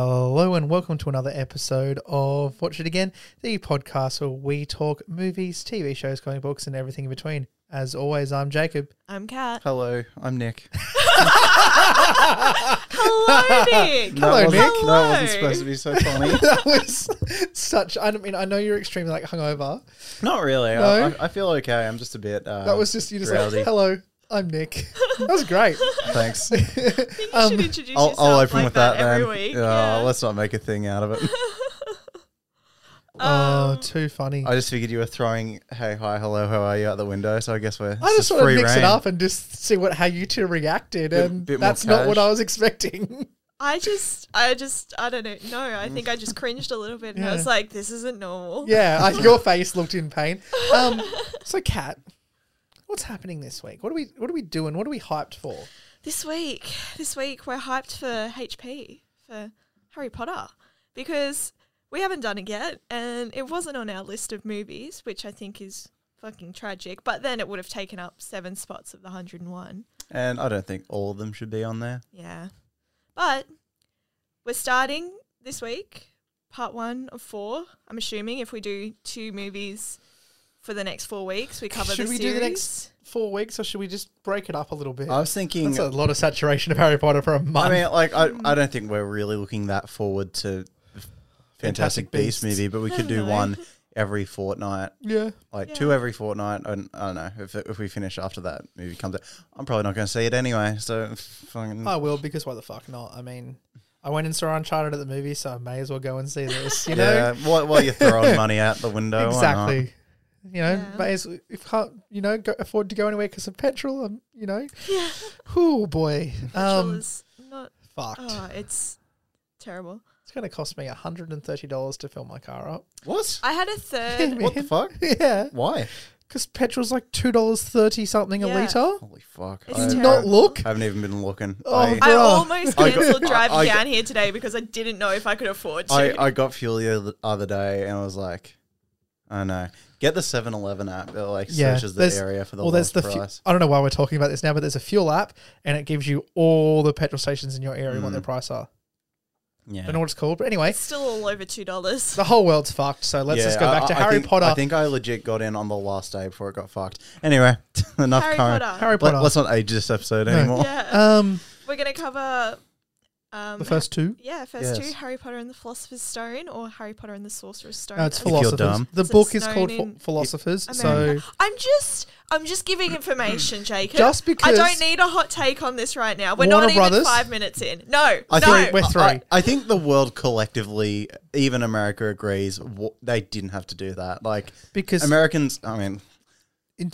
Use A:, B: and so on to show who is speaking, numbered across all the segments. A: Hello and welcome to another episode of Watch It Again, the podcast where we talk movies, TV shows, comic books, and everything in between. As always, I'm Jacob.
B: I'm Kat.
C: Hello, I'm Nick.
B: Hello, Nick.
A: Hello,
C: that wasn't-
A: Nick.
C: That wasn't supposed to be so funny.
A: that was such. I don't mean, I know you're extremely like hungover.
C: Not really.
A: No.
C: I, I feel okay. I'm just a bit. Uh,
A: That was just you just
C: Rowdy.
A: like hello. I'm Nick. That was great.
C: Thanks.
B: You
A: Um,
B: should introduce
C: I'll,
B: yourself
C: I'll open
B: like
C: with that,
B: every
C: then.
B: week. Yeah.
C: Yeah, let's not make a thing out of it.
A: oh,
B: Um,
A: too funny.
C: I just figured you were throwing "Hey, hi, hello, how are you?" out the window, so I guess we're.
A: I just
C: it's
A: want to
C: free
A: mix it
C: reign.
A: up and just see what how you two reacted,
C: Bit-
A: and
C: bit more
A: that's not what
C: cash.
A: I was expecting.
B: I just, I just, I don't know. No, I think I just cringed a little bit, and I
A: Yeah.
B: was like, "This isn't normal."
A: yeah, I, your face looked in pain. Um, so, Kat, what's happening this week? What are we What are we doing? What are we hyped for?
B: This week, this week we're hyped for HP for Harry Potter because we haven't done it yet, and it wasn't on our list of movies, which I think is fucking tragic. But then it would have taken up seven spots of the hundred and one.
C: And I don't think all of them should be on there.
B: Yeah. But we're starting this week, part one of four. I'm assuming if we do two movies for the next four weeks, we cover
A: Should
B: the
A: we
B: series.
A: do the next four weeks, or should we just break it up a little bit?
C: I was thinking.
A: That's a lot of saturation of Harry Potter for a
C: I
A: month.
C: mean, like, I, I don't think we're really looking that forward to F-
A: Fantastic
C: Fantastic
A: Beasts.
C: Beast movie, but we could do
B: No.
C: one every fortnight.
A: yeah.
C: like
B: Yeah.
C: two every fortnight. And I don't know if if we finish after that movie comes out, I'm probably not going to see it anyway. So fucking
A: I will because why the fuck not? I mean, I went and saw Uncharted at the movie, so I may as well go and see this. You know
C: yeah. While, while you're throwing money out the window, Why not?
A: exactly. You know,
B: Yeah.
A: may as if can't you know go, afford to go anywhere because of petrol. Um, you know,
B: Yeah.
A: oh boy,
B: Petrol
A: um,
B: is not.
A: fucked.
B: Oh, it's terrible.
A: It's going to cost me hundred and thirty dollars to fill my car up.
C: What?
B: I had a third.
C: What the fuck?
A: Yeah,
C: Why?
A: because petrol's like two dollars thirty something a
B: Yeah.
A: liter.
C: Holy fuck!
B: It's
C: I,
B: terrible.
A: Not look.
C: I haven't even been looking.
A: Oh,
C: I,
B: I
A: Bruh.
B: almost
C: I got-
B: cancelled
C: I-
B: driving
C: I got-
B: down here today because I didn't know if I could afford to.
C: I I got fuel the other- other day and I was like, I don't know. Get the 7-Eleven app that like
A: Yeah,
C: searches the
A: there's-
C: area for the
A: well, there's
C: lowest
A: the. Fu-
C: price.
A: I don't know why we're talking about this now, but there's a fuel app, and it gives you all the petrol stations in your area and what their price are. I
C: Mm. yeah.
A: don't know what it's called, but anyway,
B: it's still all over two dollars.
A: the whole world's fucked. So let's
C: Yeah,
A: just go
C: I-
A: back to
C: I- I
A: Harry
C: think-
A: Potter.
C: I think I legit got in on the last day before it got fucked. Anyway, enough
B: Harry
C: current.
B: Potter.
A: Harry
C: Let,
A: Potter.
C: us not age this episode
A: No.
C: anymore.
B: Yeah,
A: um,
B: we're gonna cover um,
A: the first two.
B: Yeah, first
C: Yes.
B: two Harry Potter and the Philosopher's Stone or Harry Potter and the Sorcerer's Stone.
A: No, uh, it's
B: as
C: you're
A: philosophers.
C: dumb.
A: The
B: It's a
A: book is called
B: stone in
A: Ph- Philosophers. So
B: America. I'm just I'm just giving information, Jacob.
A: Just because-
B: I don't need a hot take on this right now. We're
A: Warner
B: not
A: Brothers?
B: even five minutes in. No,
C: I
B: no.
C: think
A: we're three.
C: I, I think the world collectively, even America agrees, w- they didn't have to do that. Like
A: because
C: Americans, I mean,
A: in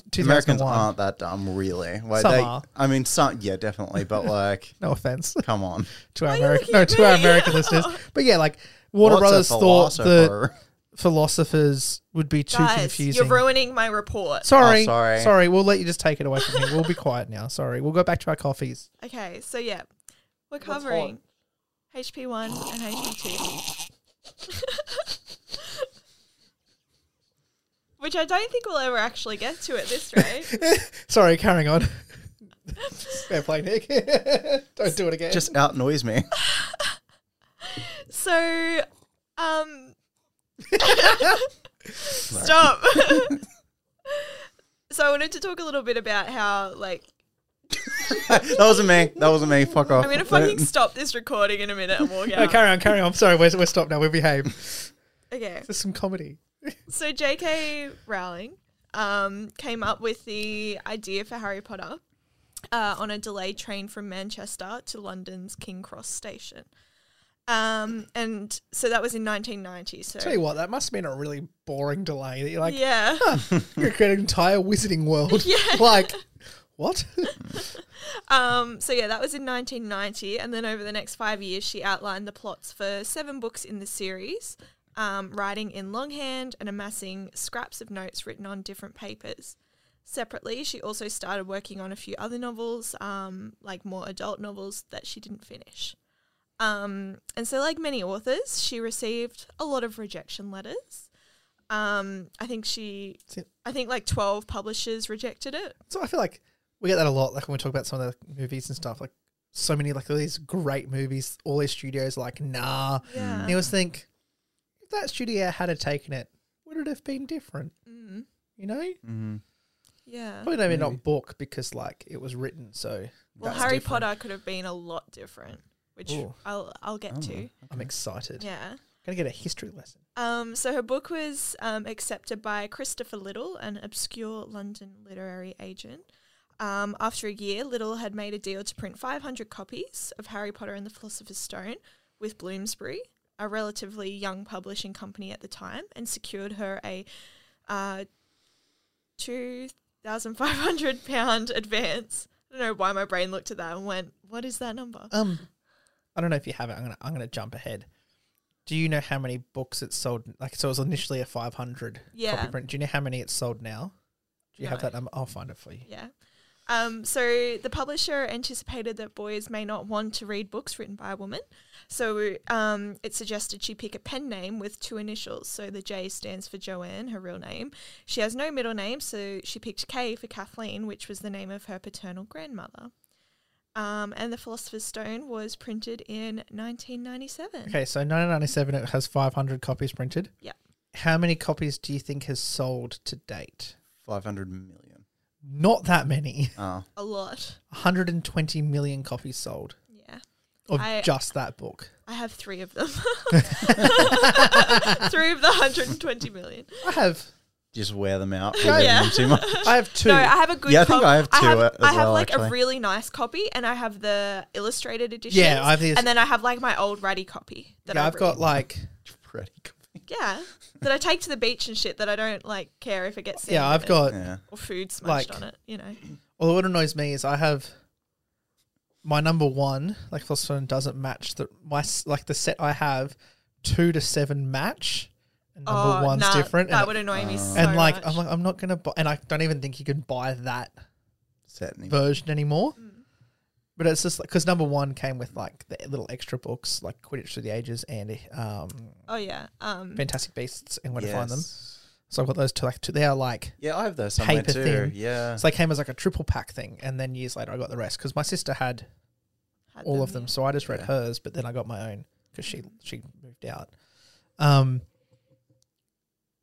A: 2001,
C: Americans aren't that dumb, really. Like,
A: Some
C: they,
A: are.
C: I mean, some, yeah, definitely, but like,
A: no offense
C: come on,
A: to our
B: are you
A: American,
B: looking
A: no,
B: at
A: to our
B: me?
A: American listeners, but yeah, like Warner Brothers
C: What's a
A: thought that
C: philosopher?
A: philosophers would be too
B: Guys,
A: confusing.
B: you're ruining my report.
A: sorry, sorry,
C: Oh, sorry.
A: sorry. We'll let you just take it away from here. We'll be quiet now. Sorry, we'll go back to our coffees.
B: Okay, so yeah, we're covering HP one and HP two, which I don't think we'll ever actually get to at this rate.
A: Sorry, carrying on. Fair play, Nick. Don't do it again.
C: just outnoise me.
B: So, um, stop. so I wanted to talk a little bit about how, like,
C: that wasn't me. That wasn't me. Fuck off.
B: I'm gonna fucking stop this recording in a minute and walk
A: no,
B: out.
A: carry on, carry on. Sorry, we're, we're stopped now. We behave.
B: Okay.
A: There's some comedy.
B: So J.K. Rowling um, came up with the idea for Harry Potter uh, on a delayed train from Manchester to London's King Cross station. Um, and so that was in 1990. So,
A: Tell you what, that must have been a really boring delay. That you're like,
B: yeah.
A: you're creating an entire wizarding world.
B: Yeah.
A: Like, what?
B: Um, so yeah, that was in 1990, and then over the next five years, she outlined the plots for seven books in the series, um, writing in longhand and amassing scraps of notes written on different papers. Separately, she also started working on a few other novels, um, like more adult novels that she didn't finish. Um, and so, like many authors, she received a lot of rejection letters. Um, I think she,
A: See-
B: I think like 12 publishers rejected it.
A: So I feel like we get that a lot, like when we talk about some of the movies and stuff. Like so many like all these great movies, all these studios like nah.
B: Yeah.
A: And you always think if that studio had have taken it, would it have been different?
B: Mm,
A: You know,
C: Mm-hmm.
B: yeah.
A: probably maybe
C: Maybe.
A: not book because like it was written. So
B: Well,
C: That's
B: Harry
C: different.
B: Potter could have been a lot different, which
A: Ooh.
B: I'll I'll get
C: Oh,
B: to.
A: I'm excited.
B: Yeah.
A: Gonna get a history lesson.
B: Um, so her book was um, accepted by Christopher Little, an obscure London literary agent. Um, after a year, Little had made a deal to print 500 copies of Harry Potter and the Philosopher's Stone with Bloomsbury, a relatively young publishing company at the time, and secured her a uh, £2,500 advance. I don't know why my brain looked at that and went, what is that number?
A: Um, I don't know if you have it. I'm gonna I'm gonna jump ahead. Do you know how many books it sold? Like, so it was initially a 500
B: Yeah.
A: copy print. Do you know how many it's sold now? Do you have
B: No.
A: that number? I'll find it for you.
B: Yeah. Um, so the publisher anticipated that boys may not want to read books written by a woman. So um, it suggested she pick a pen name with two initials. So the J stands for Joanne, her real name. She has no middle name, so she picked K for Kathleen, which was the name of her paternal grandmother. Um, and The Philosopher's Stone was printed in 1997.
A: Okay, so 1997, it has 500 copies printed.
B: Yep.
A: How many copies do you think has sold to date?
C: Five hundred million.
A: Not that many.
C: Oh,
B: A lot.
A: 120 million copies sold
B: Yeah.
A: of
B: I-
A: just that book.
B: I have three of them. three of the 120 million.
A: I have,
C: just wear them out.
B: Yeah.
C: yeah. Too much.
A: I have two.
B: No, I have a good.
C: Yeah, I
B: copy.
C: think I have two,
B: I have,
C: uh, as
B: I have
C: well,
B: like
C: actually.
B: a really nice copy, and I have the illustrated edition.
A: yeah, I've these,
B: and then I have like my old ratty copy that
A: yeah,
B: I
A: I've got
B: read.
A: like
C: Pretty good.
B: yeah that I take to the beach and shit that I don't like care if it gets sand
A: yeah,
B: on
A: I've
B: it
A: got.
C: Yeah.
B: or food smudged
A: like-
B: on it. You know,
A: Well, what annoys me is I have my number one like philosopher doesn't match the my s- like the set I have two to seven match. And number
B: oh,
A: one's
B: nah,
A: different,
B: That
A: and,
B: would annoy
C: Uh,
B: me so
A: and like
B: much.
A: I'm like I'm not gonna buy, and I don't even think you can buy that
C: Set any-
A: version anymore.
B: Mm.
A: But it's just like because number one came with like the little extra books like Quidditch Through the Ages and um,
B: oh yeah, um,
A: Fantastic Beasts and Where to Find Them.
C: Yes.
A: So I've got those two. Like two, they are like
C: Yeah, I have those somewhere
A: Paper
C: too.
A: thin.
C: Yeah.
A: so they came as like a triple pack thing, and then years later I got the rest because my sister had
B: had
A: all of them. So I just read
C: Yeah.
A: hers, but then I got my own because she she moved out. Um.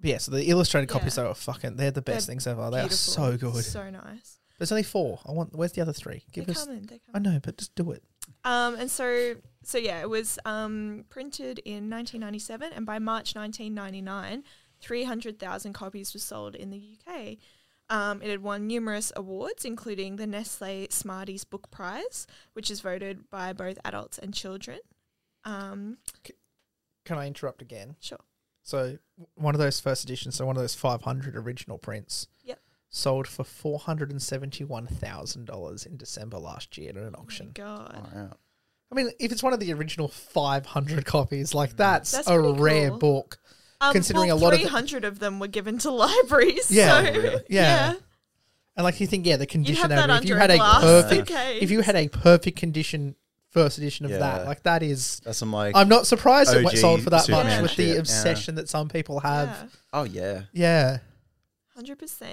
A: but yeah, so the illustrated copies
B: Yeah.
A: though are fucking they're the best
B: They're
A: things ever. They
B: yeah.
A: are so
B: Beautiful,
A: good.
B: so nice.
A: There's only four. I want. Where's the other three? Give
B: they're
A: us.
B: coming. They're
A: I
B: coming.
A: know, but just do it.
B: Um, and so, so yeah, it was um, printed in 1997, and by March 1999, 300,000 copies were sold in the UK. Um, it had won numerous awards, including the Nestle Smarties Book Prize, which is voted by both adults and children. Um,
A: Can I interrupt again?
B: Sure.
A: So w- one of those first editions, so one of those 500 original prints.
B: Yep.
A: Sold for four hundred and seventy-one thousand dollars in December last year at an
B: oh my
A: auction.
B: God.
C: Wow.
A: I mean, if it's one of the original five hundred copies,
C: Mm.
A: like that's,
B: That's
A: a
B: pretty
A: rare
B: cool.
A: book.
B: Um,
A: Considering
B: well,
A: a lot of the-
B: 300 of them were given to libraries.
A: Yeah.
B: so,
C: Oh, really?
A: Yeah. And like you think, yeah, the
B: You'd
A: condition.
B: have that
A: over- if
B: under
A: you had
B: a
A: a
B: glass.
A: perfect,
B: okay.
A: if you had a perfect condition first edition of
C: Yeah.
A: that, like that is.
C: That's some like.
A: I'm not surprised it went-
C: OG
A: sold for that much
B: Superman
A: with the
C: shit, yeah.
A: obsession that some people have.
C: oh yeah.
A: Yeah.
B: yeah, 100%.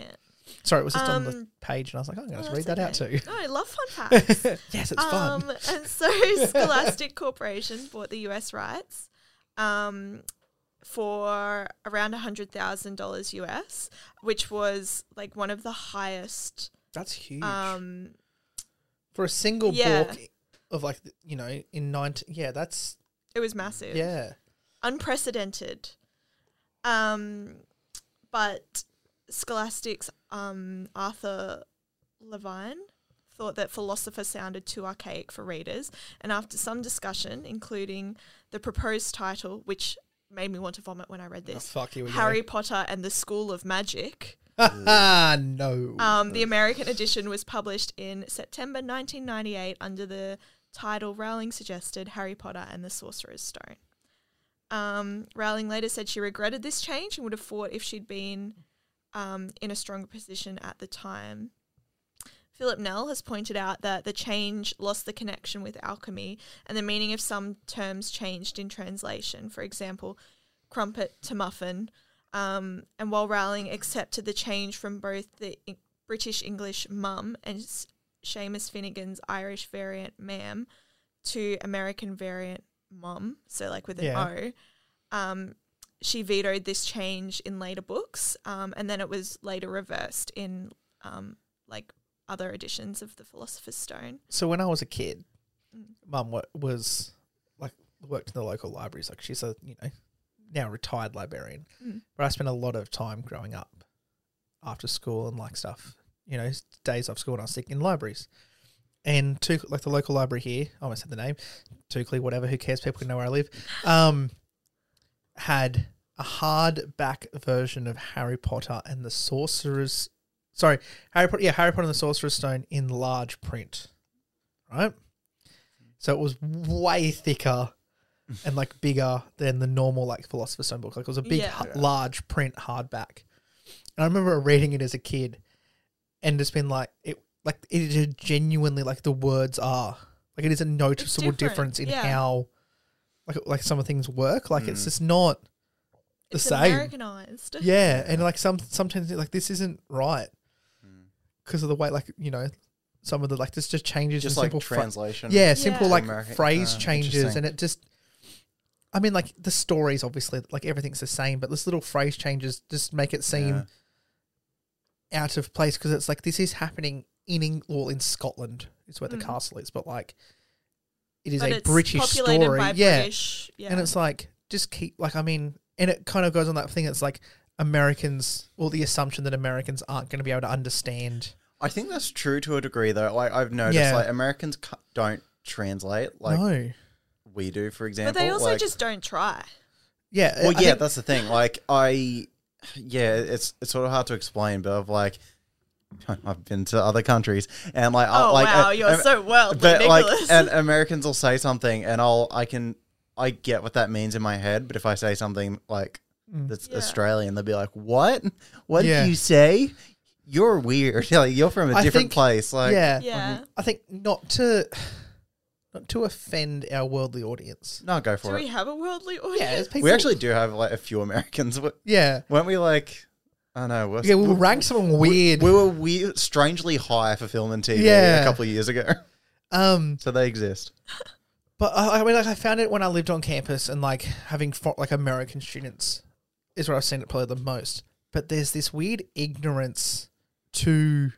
A: Sorry, it was just on the
B: Um,
A: page, and I was like, I'm going to
B: Oh,
A: read that
B: that's
A: out too.
B: No, I love fun facts.
A: yes, it's fun.
B: Um, and so Scholastic Corporation bought the US rights um, for around $100,000 US, which was like one of the highest.
A: That's huge
B: Um,
A: for a single
B: yeah.
A: book of like th- you know in nineteen. Yeah, that's
B: it was massive.
A: yeah. Oh,
B: Unprecedented. Um, but Scholastic's um, Arthur Levine thought that philosopher sounded too archaic for readers, and after some discussion, including the proposed title, which made me want to vomit when I read
A: Oh,
B: this,
A: fuck here we
B: Harry Potter and the School of Magic.
A: go. Ah no.
B: Um, the American edition was published in September 1998 under the title Rowling suggested Harry Potter and the Sorcerer's Stone. Um, Rowling later said she regretted this change and would have fought if she'd been um, in a stronger position at the time. Philip Nell has pointed out that the change lost the connection with alchemy and the meaning of some terms changed in translation. For example, crumpet to muffin. Um, and while Rowling accepted the change from both the Eng- British English E, mum and s- Seamus Finnegan's Irish variant ma'am to American variant mom, so like with an
A: Yeah.
B: O. Um, she vetoed this change in later books, um, and then it was later reversed in um, like other editions of the Philosopher's Stone.
A: So when I was a kid,
B: Mm.
A: mum wa- was like worked in the local libraries. Like she's a you know now retired librarian,
B: Mm.
A: but I spent a lot of time growing up after school and like stuff. You know, s- days off school when I was sick in libraries. And two, like the local library here, I almost said the name, Tukley, whatever, who cares? People can know where I live. Um, had a hardback version of Harry Potter and the Sorcerer's, sorry, Harry Potter, yeah, Harry Potter and the Sorcerer's Stone in large print, right? So it was way thicker and like bigger than the normal like Philosopher's Stone book. Like it was a big,
B: Yeah.
A: ha- large print hardback. And I remember reading it as a kid, and it's been like it, like it is genuinely like the words are like it is a noticeable
B: different,
A: difference in
B: yeah.
A: how like like some of things work. Like it's
C: Mm.
A: just not the
B: It's
A: same.
B: Americanized.
A: yeah, and like some sometimes like this isn't right
C: Mm.
A: because of the way like you know some of the like this just changes
C: Just
A: in
C: like
A: simple phra-
C: translation.
A: yeah, simple
B: Yeah.
A: like
C: American-
A: phrase
C: uh,
A: changes,
C: interesting.
A: and it just. I mean, like the stories, obviously, like everything's the same, but this little phrase changes just make it seem out of place because it's like this is happening in England, well, in Scotland is where the
B: Mm.
A: castle is, but like it is
B: But
A: a
B: it's
A: British
B: populated
A: story,
B: by
A: yeah.
B: British. Yeah.
A: And it's like just keep like I mean, and it kind of goes on that thing. It's like Americans, well, the assumption that Americans aren't going to be able to understand.
C: I think that's true to a degree, though. Like I've noticed,
A: Yeah.
C: like Americans cu- don't translate like
A: no,
C: we do, for example.
B: but they also
C: like-
B: just don't try.
A: yeah, Uh,
C: Well,
A: I
C: yeah,
A: think-
C: that's the thing. Like I, yeah, it's it's sort of hard to explain, but I've like I've been to other countries and like I'll,
B: Oh
C: like
B: wow,
C: uh,
B: you're
C: um,
B: so worldly,
C: but
B: Nicholas.
C: like and Americans will say something and I'll I can I get what that means in my head, but if I say something like
A: Mm.
C: that's
B: Yeah.
C: Australian, they'll be like, "What? What
A: Yeah.
C: did you say? You're weird. like, you're from a
A: I
C: different
A: think-
C: place." Like, um,
A: yeah,
B: yeah.
A: I think not to not to offend our worldly audience.
C: no, go for
B: Do
C: it.
B: we have a worldly
A: Yeah,
B: audience?
A: it's people,
C: we actually do have like a few Americans. W-
A: yeah,
C: Weren't we like? I don't know. we're-
A: yeah. We'll rank someone weird.
C: We were weird, strangely high for film and TV
A: Yeah.
C: a couple of years ago.
A: um,
C: So they exist.
A: But I, I mean, like I found it when I lived on campus and like having fo- like American students is where I've seen it probably the most. But there's this weird ignorance to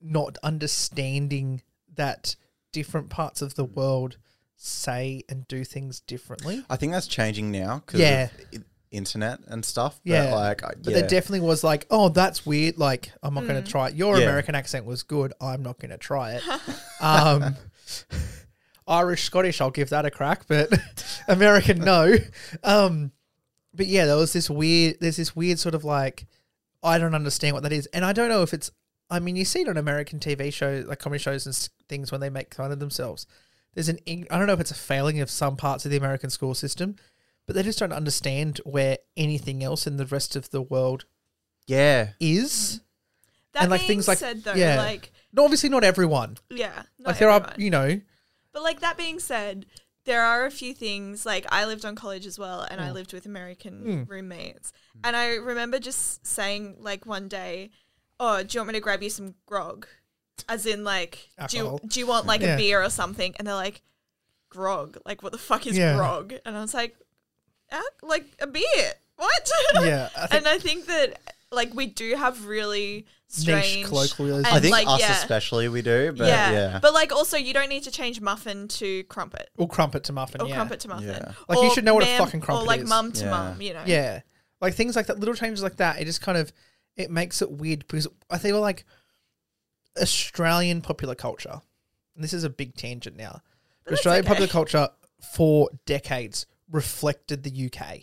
A: not understanding that different parts of the world say and do things differently.
C: I think that's changing now because
A: Yeah.
C: internet and stuff. But
A: Yeah.
C: like, I-
A: But
C: yeah.
A: there definitely was like, oh, that's weird. Like, I'm not going to try it. Your
C: Yeah.
A: American accent was good. I'm not going to try it. um, Irish, Scottish, I'll give that a crack, but American, no. Um, but yeah, there was this weird, there's this weird sort of like, I don't understand what that is. And I don't know if it's, I mean, you see it on American TV shows, like comedy shows and s- things when they make fun of themselves. There's an, ig- I don't know if it's a failing of some parts of the American school system, but they just don't understand where anything else in the rest of the world
C: yeah.
A: is.
B: that
A: and, like,
B: being
A: things like-
B: said though,
A: yeah.
B: like
A: No, obviously not everyone.
B: yeah, not
A: like there are,
B: everyone.
A: you know,
B: But like that being said, there are a few things like I lived on college as well and I
A: Mm.
B: lived with American roommates. And I remember just saying like one day, "Oh, do you want me to grab you some grog?" As in like, do you,
A: Alcohol.
B: do you want like
A: Yeah.
B: a beer or something? And they're like, "Grog." Like what the fuck is
A: Yeah.
B: grog? And I was like, "Ah, like a beer. What?
A: yeah. I think
B: and I think that like we do have really strange
A: niche colloquialism.
C: I
B: And,
C: think
B: like,
C: us
B: yeah.
C: especially, we do. But
B: yeah.
C: yeah.
B: But like also you don't need to change muffin to crumpet
A: Or crumpet to muffin.
B: or
A: yeah.
B: crumpet to muffin.
C: Yeah.
A: Like, you
B: Or
A: should know what a
B: ma'am-
A: fucking crumpet
B: Or like
A: is.
B: mum to
C: Yeah.
B: mum, you know.
A: Yeah. Like things like that, little changes like that, it just kind of it makes it weird because I think we're like Australian popular culture. And this is a big tangent now. But
B: that's
A: Australian
B: okay.
A: popular culture for decades reflected the UK.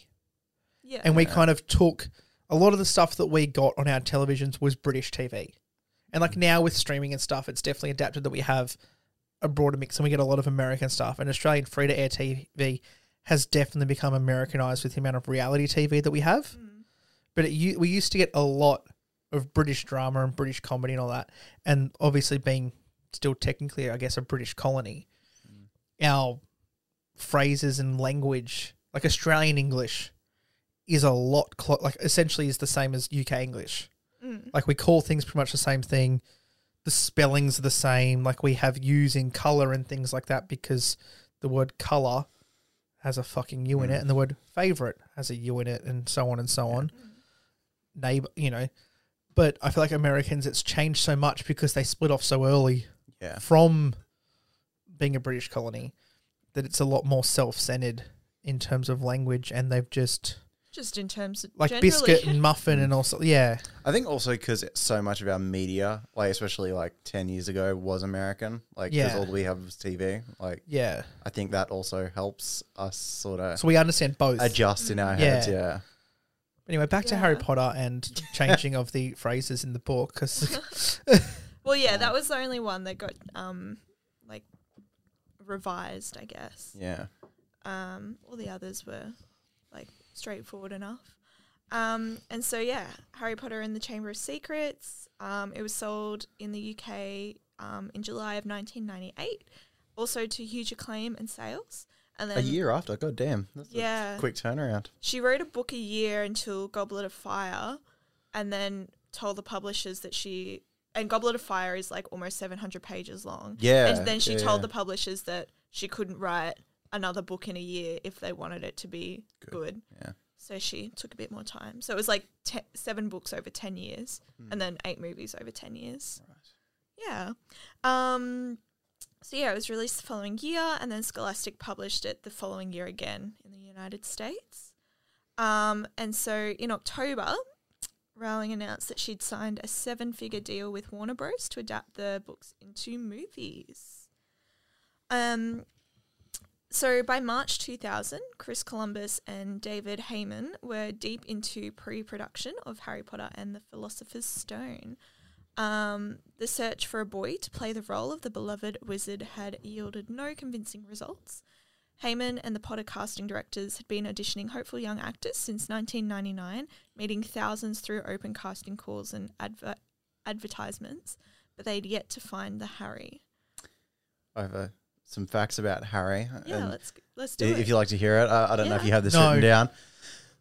B: Yeah.
A: And we kind of took a lot of the stuff that we got on our televisions was British TV. And like now with streaming and stuff, it's definitely adapted that we have a broader mix and we get a lot of American stuff. And Australian free to air TV has definitely become Americanized with the amount of reality TV that we have. But it, u- we used to get a lot of British drama and British comedy and all that. And obviously, being still technically, I guess, a British colony, our phrases and language, like Australian English, is a lot clo- like essentially is the same as UK English.
B: Mm.
A: Like we call things pretty much the same thing. the spelling's the same. Like we have U's in color and things like that because the word color has a fucking U in it, and the word favorite has a U in it, and so on and so on. Neighbor, you know. But I feel like Americans, it's changed so much because they split off so early
C: Yeah.
A: from being a British colony that it's a lot more self centered in terms of language, and they've just
B: Just in terms of
A: like
B: generally.
A: biscuit and muffin and also yeah
C: I think also because so much of our media, like especially like ten years ago, was American. Like, because
A: Yeah.
C: all we have is TV. Like,
A: yeah.
C: I think that also helps us sort of
A: So we understand both.
C: adjust in our
A: Mm.
C: heads.
A: Yeah.
C: Yeah.
A: Anyway, back to Harry
B: Yeah.
A: Potter and changing of the phrases in the book because
B: well, yeah, that was the only one that got um like revised, I guess.
C: Yeah.
B: Um, all the others were like straightforward enough. Um, and so yeah, Harry Potter and the Chamber of Secrets. Um, it was sold in the UK um, in July of 1998, also to huge acclaim and sales. And then
C: A year after, god damn. That's
B: Yeah.
C: A quick turnaround.
B: She wrote a book a year until Goblet of Fire and then told the publishers that she and Goblet of Fire is like almost 700 pages long.
C: Yeah,
B: And then she
C: yeah,
B: told
C: yeah.
B: the publishers that she couldn't write another book in a year if they wanted it to be good.
C: Yeah.
B: So she took a bit more time. So it was like te- seven books over 10 years
C: Hmm.
B: and then eight movies over 10 years. Yeah. Um, so yeah, it was released the following year, and then Scholastic published it the following year again in the United States. Um, and so in October, Rowling announced that she'd signed a seven-figure deal with Warner Bros. to adapt the books into movies. Um, so by March 2000, Chris Columbus and David Heyman were deep into pre-production of Harry Potter and the Philosopher's Stone. Um, the search for a boy to play the role of the beloved wizard had yielded no convincing results. Heyman and the Potter casting directors had been auditioning hopeful young actors since 1999, meeting thousands through open casting calls and adver- advertisements, but they'd yet to find the Harry.
C: Over some facts about Harry.
B: Yeah,
C: and
B: let's let's
C: i-
B: do it.
C: if you like to hear it, I, I don't know if
B: Yeah.
C: you have this
A: No.
C: written down.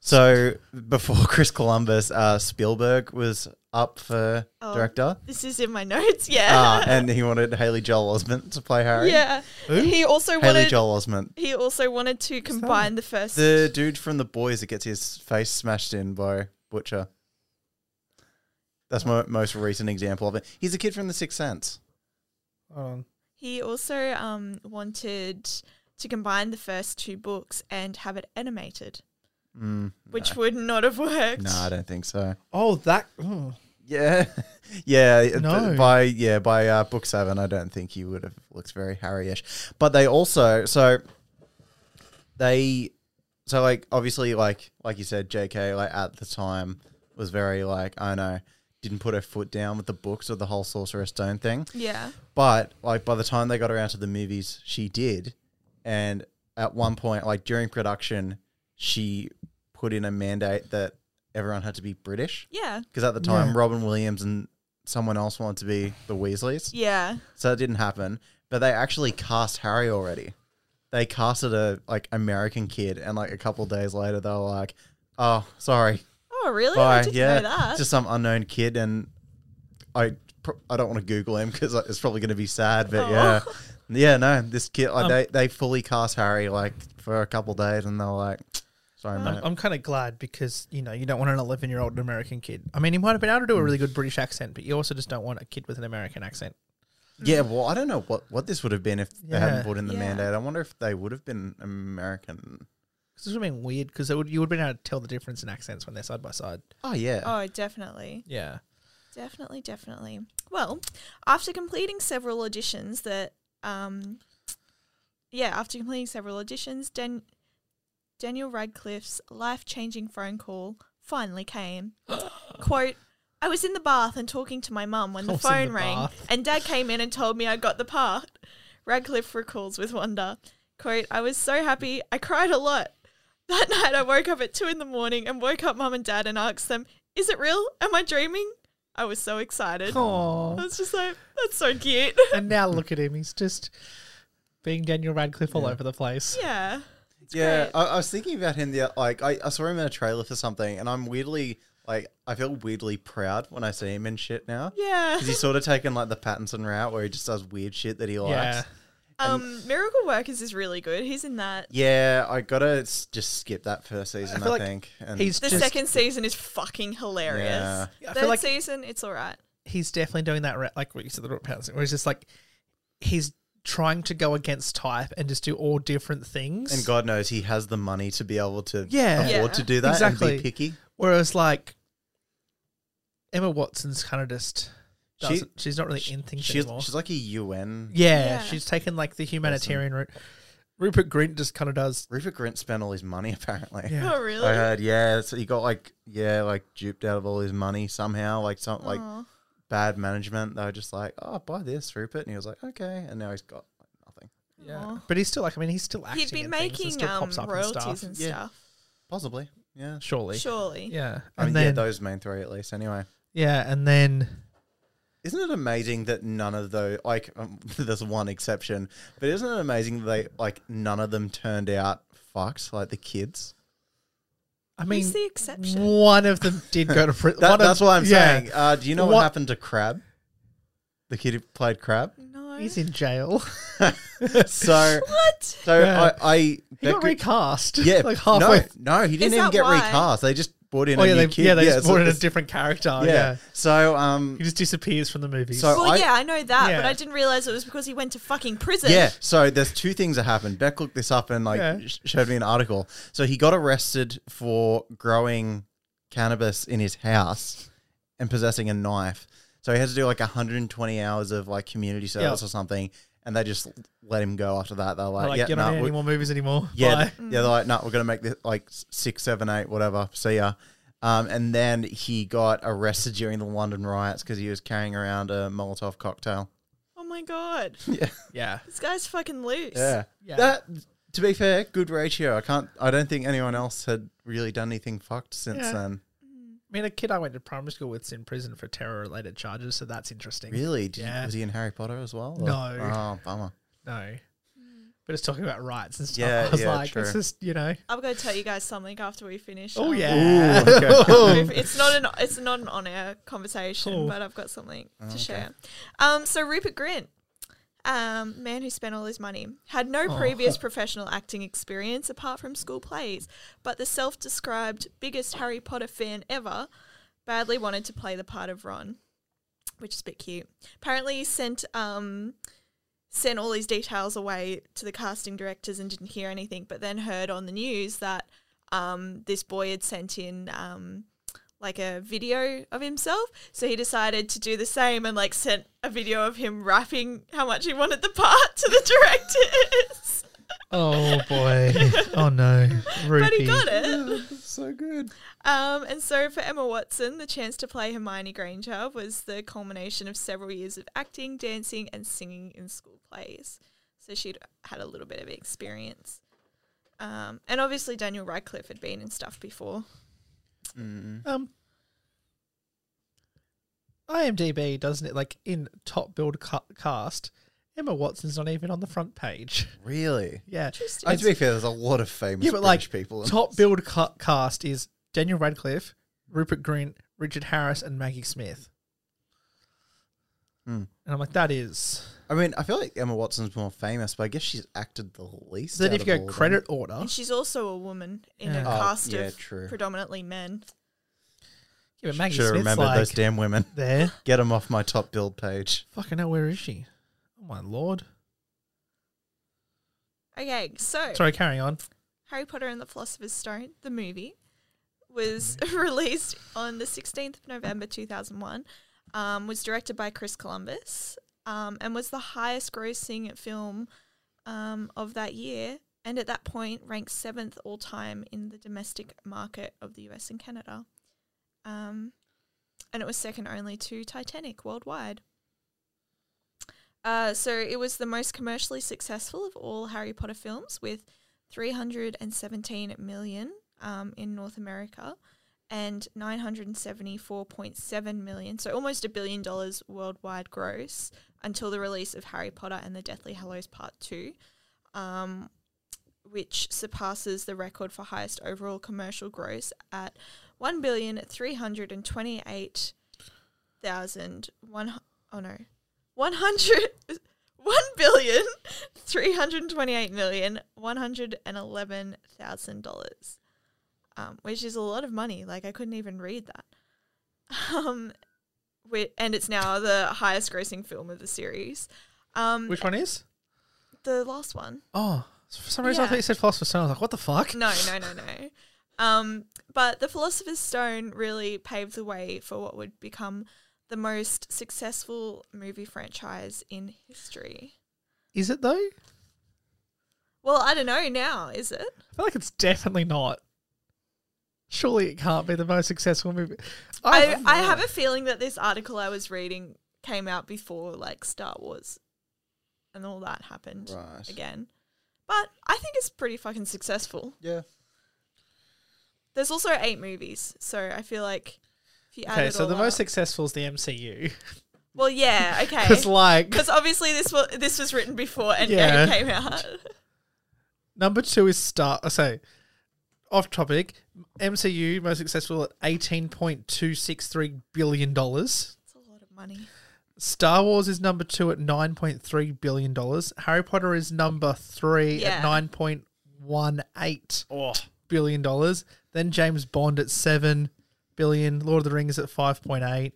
C: So before Chris Columbus, uh, Spielberg was up for
B: Oh.
C: director,
B: this is in my notes. Yeah,
C: uh, and he wanted Haley Joel Osment to play Harry.
B: yeah.
A: Who?
B: He also
C: Haley
B: wanted.
C: Joel Osment,
B: He also wanted to combine the first.
C: the dude from The Boys that gets his face smashed in by Butcher. That's my most recent example of it. He's a kid from The Sixth Sense.
A: um,
B: He also um, wanted to combine the first two books and have it animated,
C: Mm,
B: which would not have worked.
C: no, I don't think so.
A: oh that mm.
C: Yeah, yeah. b-
A: No.
C: By yeah, by uh, book seven, I don't think he would have looked very Harry-ish. But they also so they so like obviously like like you said, J.K. like at the time was very like I don't know didn't put her foot down with the books or the whole Sorcerer's Stone thing.
B: Yeah.
C: But like by the time they got around to the movies, she did, and at one point, like during production, she put in a mandate that everyone had to be British
B: Yeah.
C: because at the time
A: Yeah.
C: Robin Williams and someone else wanted to be the Weasleys,
B: Yeah.
C: so it didn't happen. But they actually cast Harry already. They casted a like American kid, and like a couple days later, they were like, "Oh, sorry,
B: Oh, really? I
C: bye."
B: didn't
C: Yeah,
B: know that.
C: just some unknown kid, and I pr- I don't want to Google him because it's probably going to be sad. But
B: Aw.
C: yeah, yeah, no, this kid like
A: Um,
C: they they fully cast Harry like for a couple days, and they're like, "Sorry,
B: Oh,
A: I'm,
C: mate."
A: I'm kind of glad because you know you don't want an 11 year old American kid. I mean, he might have been able to do a really good British accent, but you also just don't want a kid with an American accent.
C: Yeah, well, I don't know what, what this would have been if they
A: Yeah.
C: hadn't put in the
B: Yeah.
C: mandate. I wonder if they would have been American.
A: 'Cause this would have been weird because would, you would have been able to tell the difference in accents when they're side by side.
C: Oh yeah,
B: oh, definitely.
A: Yeah.
B: Definitely, definitely. Well, after completing several auditions that um yeah, after completing several auditions, Dan- Daniel Radcliffe's life-changing phone call finally came. Quote I was in the bath and talking to my mum when
A: I
B: the
A: was in
B: phone
A: the
B: rang,
A: bath.
B: and dad came in and told me I got the part. Radcliffe recalls with wonder. Quote, I was so happy, I cried a lot. That night I woke up at two in the morning and woke up mum and dad and asked them, Is it real? Am I dreaming? I was so excited. I
A: Aww.
B: was just like, That's so cute.
A: And now look at him. He's just being Daniel Radcliffe all over the place.
B: yeah.
C: yeah.
B: great.
C: I, I was thinking about him the like I, I saw him in a trailer for something, and I'm weirdly like I feel weirdly proud when I see him and shit now.
B: Yeah.
C: 'Cause he's sort of taken like the Pattinson route where he just does weird shit that he
A: Yeah.
C: likes.
B: Um, Miracle Workers is really good. He's in that.
C: Yeah, I gotta s- just skip that first season. I,
A: feel like
C: think and
A: He's
B: The
A: just,
B: second season is fucking hilarious.
C: Yeah.
A: I feel
B: Third
A: like
B: season, it's all right.
A: he's definitely doing that, ra- like what you said, the root Patterson, where he's just like, he's trying to go against type and just do all different things.
C: and God knows he has the money to be able to
A: Yeah.
C: afford
B: Yeah.
C: to do that and
A: Exactly.
C: be picky.
A: Whereas, like, Emma Watson's kind of just,
C: She-
A: doesn't, she's not really in things
C: She's,
A: anymore.
C: she's like a UN.
A: yeah,
B: Yeah.
A: she's taken, like, the humanitarian route. Rupert Grint just kind of does.
C: Rupert Grint spent all his money apparently.
A: Yeah.
B: Oh, really?
C: I heard, yeah. So he got like, yeah, like duped out of all his money somehow, like some like
A: Oh.
B: Aw.
C: bad management. They were just like, oh, buy this, Rupert, and he was like, okay, and now he's got like nothing,
A: Yeah.
B: Aw.
A: But he's still, like, I mean, he's still acting.
B: He'd be
A: in things and
B: making
A: still
B: um,
A: pops up and
B: royalties
A: stuff.
B: and stuff,
C: Yeah. possibly, yeah.
A: Surely.
B: surely.
A: Yeah.
C: I
A: And
C: mean,
A: then,
C: yeah, those main three at least. Anyway,
A: yeah, and then,
C: isn't it amazing that none of those, like, um, there's one exception, but isn't it amazing that they, like, none of them turned out fucked, like the kids?
A: I mean,
B: Who's the exception?
A: one of them did go to prison.
C: That, that's what I'm saying. Uh, do you know what,
A: What-
C: happened to Crab? The kid who played Crab.
B: No.
A: He's in jail.
C: So,
B: what?
C: so
A: Yeah.
C: I, I
A: He got recast.
C: yeah,
A: like halfway.
C: No, no, he didn't even
B: that
C: get
B: why?
C: recast. They just brought in
A: oh
C: a
A: yeah,
C: new
A: they,
C: kid.
A: yeah, they just
C: so
A: brought in a
C: it's-
A: different character. Yeah.
C: yeah. So, um,
A: he just disappears from the movies.
C: So-
B: Well,
C: Oh, I-
B: yeah, I know that, but
A: Yeah.
B: I didn't realize it was because he went to fucking prison.
C: Yeah. So there's two things that happened. Beck looked this up and like
A: Yeah.
C: sh- showed me an article. So he got arrested for growing cannabis in his house and possessing a knife. So he had to do like 120 hours of like community service
A: Yeah.
C: or something, and they just let him go after that. They're
A: They're
C: like,
A: like,
C: yeah,
A: you don't
C: nah,
A: need
C: we-
A: any more movies anymore.
C: yeah,
A: Bye.
C: th- yeah. They're like, no, we're gonna make this like s- six, seven, eight, whatever. See ya. Um, and then he got arrested during the London riots because he was carrying around a Molotov cocktail.
B: Oh my god,
C: Yeah.
A: yeah,
B: this guy's fucking loose.
C: Yeah.
A: Yeah.
C: That to be fair, good ratio. I can't I don't think anyone else had really done anything fucked since
A: Yeah.
C: then.
A: I mean, a kid I went to primary school with's in prison for terror-related charges, so that's interesting.
C: Really? Did
A: Yeah.
C: was he in Harry Potter as well?
A: No.
C: Oh, bummer.
A: No, but it's talking about rights and stuff.
C: Yeah,
A: I was
C: yeah,
A: like, it's
C: true.
A: just you know,
B: I'm gonna tell you guys something after we finish.
A: oh
B: um,
A: yeah,
C: Ooh, okay.
B: If- It's not an it's not an on air conversation,
A: Cool.
B: but I've got something to share. Um, so Rupert Grint, um, man who spent all his money, had no previous professional acting experience apart from school plays, but the self-described biggest Harry Potter fan ever, badly wanted to play the part of Ron, which is a bit cute. Apparently, he sent um. Sent all his details away to the casting directors and didn't hear anything, but then heard on the news that um, this boy had sent in um, like a video of himself. So he decided to do the same and like sent a video of him rapping how much he wanted the part to the directors.
A: oh boy, oh no, Rupee.
B: but he got it.
C: so good.
B: Um, and so for Emma Watson, the chance to play Hermione Granger was the culmination of several years of acting, dancing, and singing in school plays. So she'd had a little bit of experience. Um, and obviously, Daniel Radcliffe had been in stuff before.
C: Mm.
A: Um, IMDb doesn't it like in top build ca- cast? Emma Watson's not even on the front page.
C: Really?
A: Yeah,
B: Interesting.
C: And to be fair, there's a lot of famous
A: yeah, but like
C: British people.
A: top build ca- cast is Daniel Radcliffe, Rupert Grint, Richard Harris, and Maggie Smith.
C: Hmm.
A: And I'm like, that is.
C: I mean, I feel like Emma Watson's more famous, but I guess she's acted the least.
A: So then,
C: out
A: if
C: of
A: you
C: all
A: go
C: of them.
A: credit order,
B: And she's also a woman in
A: Yeah.
B: a
A: Oh,
B: cast
C: yeah,
B: of
C: true.
B: predominantly men.
A: yeah, but Maggie
C: Should have
A: Smith's
C: remembered
A: like
C: those damn women.
A: there.
C: Get them off my top build page.
A: Fucking hell, where is she? Oh my lord!
B: Okay, so
A: Sorry, carrying on.
B: Harry Potter and the Philosopher's Stone, the movie, was released on the 16th of November 2001, um, was directed by Chris Columbus, um, and was the highest grossing film um, of that year. And at that point, ranked seventh all time in the domestic market of the US and Canada. Um, and it was second only to Titanic worldwide. Uh, so it was the most commercially successful of all Harry Potter films, with 317 million um, in North America and 974.7 million, so almost a billion dollars worldwide gross until the release of Harry Potter and the Deathly Hallows Part 2, um, which surpasses the record for highest overall commercial gross at one billion three hundred and twenty-eight thousand one. hu- Oh no, one hundred. One billion three hundred twenty-eight million one hundred and eleven thousand dollars, um, which is a lot of money. Like I couldn't even read that. Um, wi- and it's now the highest-grossing film of the series. Um,
A: Which one is?
B: the last one.
A: Oh, for some reason I
B: Yeah.
A: thought you said Philosopher's Stone. I was like, what the fuck?
B: No, no, no, no. Um, but the Philosopher's Stone really paved the way for what would become the most successful movie franchise in history.
A: Is it though? I
B: Well, I don't know now, is it?
A: feel like it's definitely not. Surely it can't be the most successful movie.
B: I, I have a feeling that this article I was reading came out before like Star Wars and all that happened
C: Right.
B: again. But I think it's pretty fucking successful.
C: Yeah.
B: There's also eight movies, so I feel like if you add
A: Okay,
B: it
A: so
B: all
A: the most
B: up-
A: successful is the MCU.
B: well, yeah, okay.
A: It's like
B: Because obviously this was this was written before Endgame
A: Yeah.
B: came out.
A: number two is Star. I say, off topic. MCU most successful at eighteen point two six three billion dollars.
B: It's a lot of money.
A: Star Wars is number two at nine point three billion dollars. Harry Potter is number three
B: Yeah.
A: at nine point one eight
C: Oh.
A: billion dollars. Then James Bond at seven billion. Lord of the Rings at five point eight.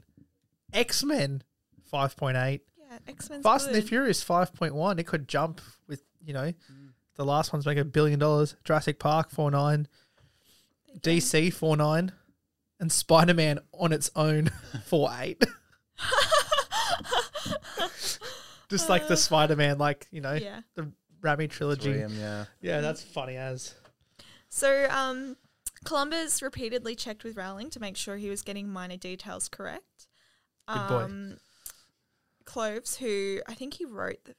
A: X Men five point eight.
B: Yeah, X Men's
A: Fast and the
B: good.
A: Furious five point one. It could jump with you know
B: Mm.
A: the last one's making a billion dollars. Jurassic Park four nine. DC four nine. And Spider Man on its own four eight. Just like the Spider Man, like, you know,
B: Yeah.
A: the Rami trilogy.
C: William, yeah.
A: Yeah, that's funny as.
B: So um, Columbus repeatedly checked with Rowling to make sure he was getting minor details correct.
A: Good boy.
B: Um, Cloves, who I think he wrote the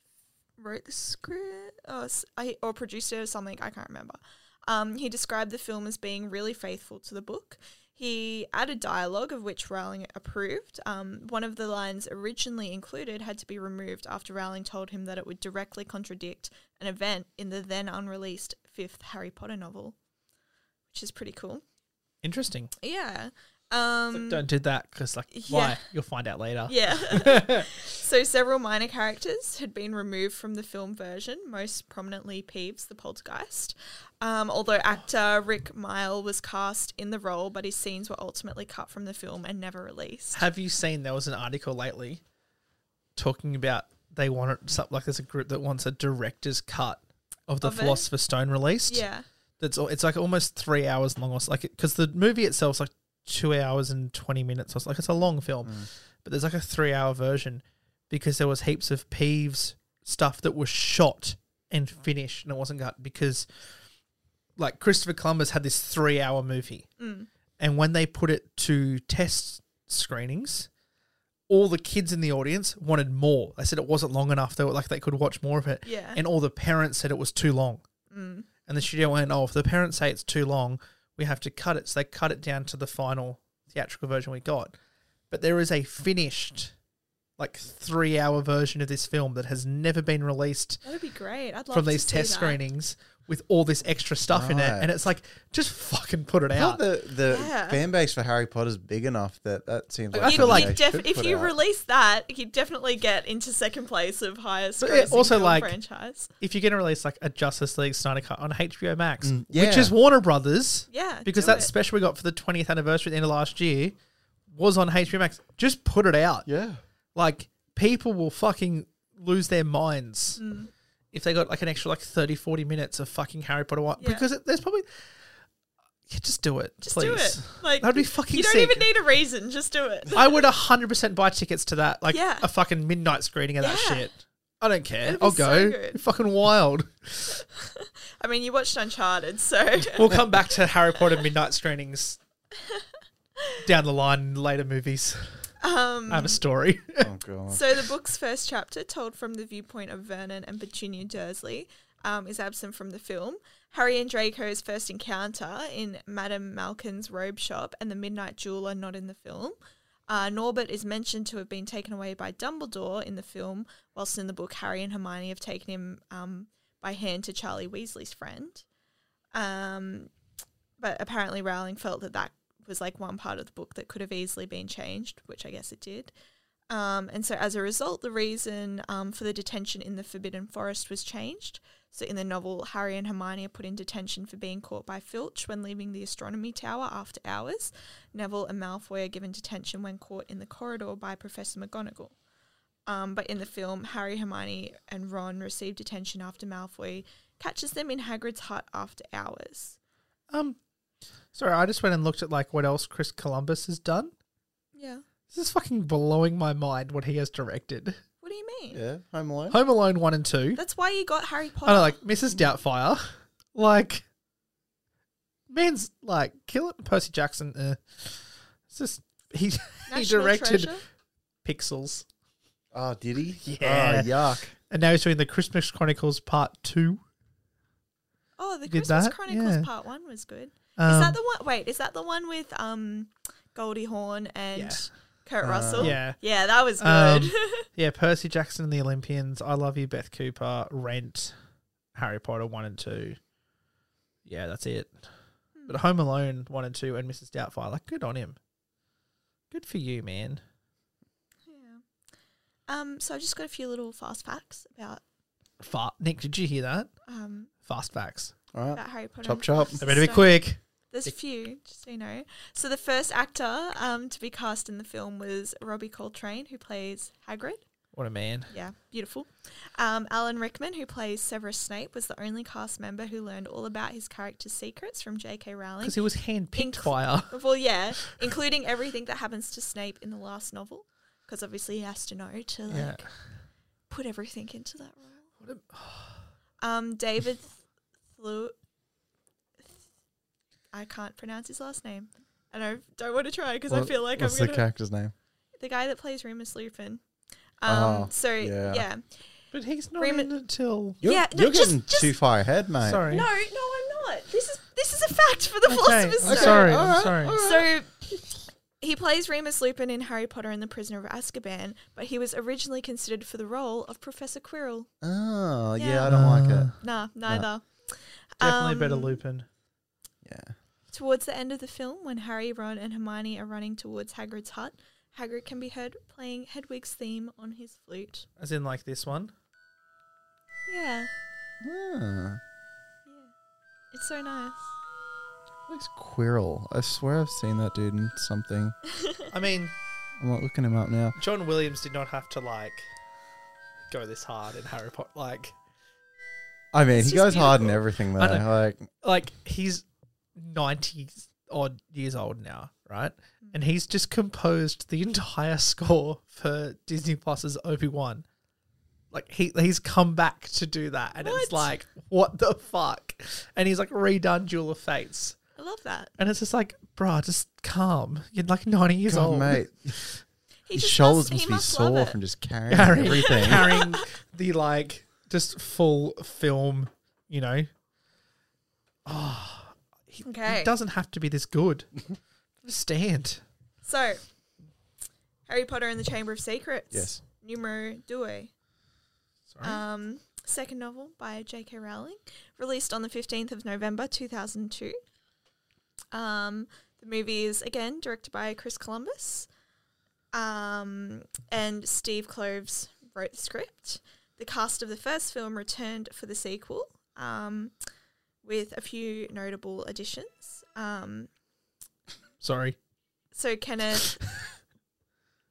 B: wrote the script or, s- I- or produced it or something, I can't remember. Um, he described the film as being really faithful to the book. He added dialogue of which Rowling approved. Um, one of the lines originally included had to be removed after Rowling told him that it would directly contradict an event in the then unreleased fifth Harry Potter novel, which is pretty cool.
A: Interesting.
B: Yeah.
A: It's like,
B: Um,
A: Don't do that because, like,
B: yeah.
A: why? You'll find out later.
B: yeah. So several minor characters had been removed from the film version, most prominently Peeves, the poltergeist. Um, although actor Rick Mile was cast in the role, but his scenes were ultimately cut from the film and never released.
A: Have you seen there was an article lately talking about they want it, something like there's a group that wants a director's cut of the
B: Of it?
A: Philosopher's Stone released.
B: Yeah,
A: that's al- it's like almost three hours long, or s- like because the movie itself's like two hours and twenty minutes, or s- like it's a long film, but there's like a three hour version because there was heaps of Peeves stuff that was shot and finished and it wasn't cut because like Christopher Columbus had this three hour movie, and when they put it to test screenings. All the kids in the audience wanted more. They said it wasn't long enough. They were like they could watch more of it,
B: Yeah.
A: and all the parents said it was too long.
B: Mm.
A: And the studio went, oh, if the parents say it's too long, we have to cut it. So they cut it down to the final theatrical version we got. But there is a finished, like three hour version of this film that has never been released
B: that would be great. I'd love
A: from
B: to
A: these
B: see
A: test
B: that.
A: screenings with all this extra stuff in it.
C: Right.
A: And it's like, just fucking put it
C: I thought
A: out.
C: the the
B: Yeah.
C: fan base for Harry Potter's big enough that that seems like
A: I
B: You'd-
A: feel
B: you'd
A: like-
C: something they
B: def-
C: should
B: if
C: put
B: you
C: out.
B: release that, you'd definitely get into second place of highest
A: But yeah,
B: grossing
A: also,
B: film
A: like-
B: franchise.
A: If you're going to release like a Justice League Snyder Cut on HBO Max, which
C: Mm, yeah.
A: is Warner Brothers,
B: Yeah,
A: because
B: do
A: that
B: it.
A: special we got for the 20th anniversary at the end of last year was on HBO Max, just put it out.
C: yeah.
A: like people will fucking lose their minds
B: Mm.
A: if they got like an extra like 30 40 minutes of fucking harry potter watch
B: Yeah.
A: because it, there's probably yeah, just do it
B: just
A: please
B: do it. Like
A: That'd be fucking
B: You don't
A: sick.
B: even need a reason. Just do it.
A: i would 100% buy tickets to that like
B: Yeah.
A: a fucking midnight screening of that
B: Yeah.
A: shit i don't care
B: It'd be
A: i'll go
B: so good.
A: fucking wild
B: I mean, you watched Uncharted, so
A: we'll come back to harry potter midnight screenings down the line in later movies
B: um,
A: i have a story
C: Oh god.
B: So the book's first chapter, told from the viewpoint of Vernon and Petunia Dursley, um, is absent from the film. Harry and Draco's first encounter in Madame Malkin's robe shop and the Midnight Jewel are not in the film. Uh, Norbert is mentioned to have been taken away by Dumbledore in the film, whilst in the book, Harry and Hermione have taken him um, by hand to Charlie Weasley's friend. Um, but apparently Rowling felt that that was like one part of the book that could have easily been changed, which I guess it did. Um, and so, as a result, the reason um, for the detention in the Forbidden Forest was changed. So, in the novel, Harry and Hermione are put in detention for being caught by Filch when leaving the astronomy tower after hours. Neville and Malfoy are given detention when caught in the corridor by Professor McGonagall. Um, but in the film, Harry, Hermione, and Ron receive detention after Malfoy catches them in Hagrid's hut after hours.
A: Um, sorry, I just went and looked at like what else Chris Columbus has done.
B: Yeah.
A: This is fucking blowing my mind what he has directed.
B: What do you mean?
C: Yeah, Home Alone.
A: Home Alone one and two.
B: That's why you got Harry Potter.
A: I know, like Mrs. Doubtfire, like man's like kill it. Percy Jackson. Uh, it's just he he
B: National
A: directed
B: Treasure?
A: Pixels,
C: Oh, did he?
A: Yeah.
C: Oh, yuck.
A: and now he's doing the Christmas Chronicles Part Two.
B: Oh, the
A: did
B: Christmas
A: that?
B: Chronicles
A: Yeah.
B: Part One was good. is
A: Um,
B: that the one? Wait, is that the one with um, Goldie Hawn and
A: Yeah.
B: Kurt
C: Uh,
B: Russell?
A: yeah.
B: yeah, that was good.
A: Um, yeah, Percy Jackson and the Olympians. I love you, Beth Cooper. Rent, Harry Potter one and two. Yeah, that's it.
B: Hmm.
A: But Home Alone one and two, and Mrs. Doubtfire. Like, good on him. Good for you, man.
B: yeah. Um, so I just got a few little fast facts about
A: Fa- Nick, did you hear that?
B: um
A: Fast facts.
C: All right.
B: about Harry Potter.
C: Oh,
B: and
C: Chop
B: the
C: chop.
B: Philosopher's
A: They better be
B: Stone.
A: quick.
B: There's a few, just so you know. So the first actor um to be cast in the film was Robbie Coltrane, who plays Hagrid.
A: What a man.
B: Yeah, beautiful. Um, Alan Rickman, who plays Severus Snape, was the only cast member who learned all about his character's secrets from J.K. Rowling.
A: Because he was handpicked
B: Inc-
A: by her.
B: Well, yeah, including everything that happens to Snape in the last novel, because obviously he has to know to like
A: Yeah.
B: put everything into that role.
A: What
B: Um, David Thlu. I can't pronounce his last name, and I don't want to try because I
C: What-
B: feel like I'm
C: What's
B: gonna
C: the character's name?
B: the guy that plays Remus Lupin. Um,
A: Ah,
C: Oh,
B: so
C: yeah.
B: yeah,
A: But he's not
B: Remi-
A: in until.
C: You're,
B: Yeah, no,
C: you're
B: just-
C: getting
B: just-
C: too far ahead, mate.
A: Sorry.
B: No, no, I'm not. This is this is a fact for the
A: Okay.
B: Philosopher's
A: I'm
B: Stone.
A: sorry.
C: all
A: I'm
C: right,
A: sorry.
C: all
B: So he plays Remus Lupin in Harry Potter and the Prisoner of Azkaban, but he was originally considered for the role of Professor Quirrell.
C: Oh, yeah,
B: Yeah.
C: I don't like it.
B: Nah, neither.
A: Definitely better
B: Um,
A: Lupin. Uh.
C: Yeah.
B: Towards the end of the film, when Harry, Ron, and Hermione are running towards Hagrid's hut, Hagrid can be heard playing Hedwig's theme on his flute.
A: As in, like this one.
B: Yeah,
C: Ah,
B: it's so nice.
C: Looks Quirrell. I swear I've seen that dude in something.
A: I mean,
C: I'm not looking him up now.
A: John Williams did not have to, like, go this hard in Harry Potter. Like,
C: I mean,
B: It's
C: he
B: just
C: goes hard in
B: beautiful.
C: everything though.
A: I know.
C: Like,
A: like he's 90 odd years old now, right? And he's just composed the entire score for Disney Plus's Obi Wan. Like he he's come back to do that, and
B: What?
A: it's like what the fuck? And he's like redone Jewel of Fates,
B: I love that.
A: and it's just like, bruh, just calm. You're like 90 years
C: God,
A: old,
C: mate,
B: He
C: his
B: just must,
C: shoulders must,
B: he
C: be
B: must love
C: sore
B: it.
C: from just carrying
A: Carrying,
C: everything.
A: carrying the like just full film, you know.
B: okay.
A: It doesn't have to be this good. Understand?
B: So, Harry Potter and the Chamber of Secrets.
C: Yes.
B: Numero due.
A: Sorry.
B: Um, second novel by J.K. Rowling, released on the 15th of November 2002. Um, the movie is again directed by Chris Columbus. Um, and Steve Cloves wrote the script. The cast of the first film returned for the sequel um, with a few notable additions. Um,
A: Sorry.
B: so, Kenneth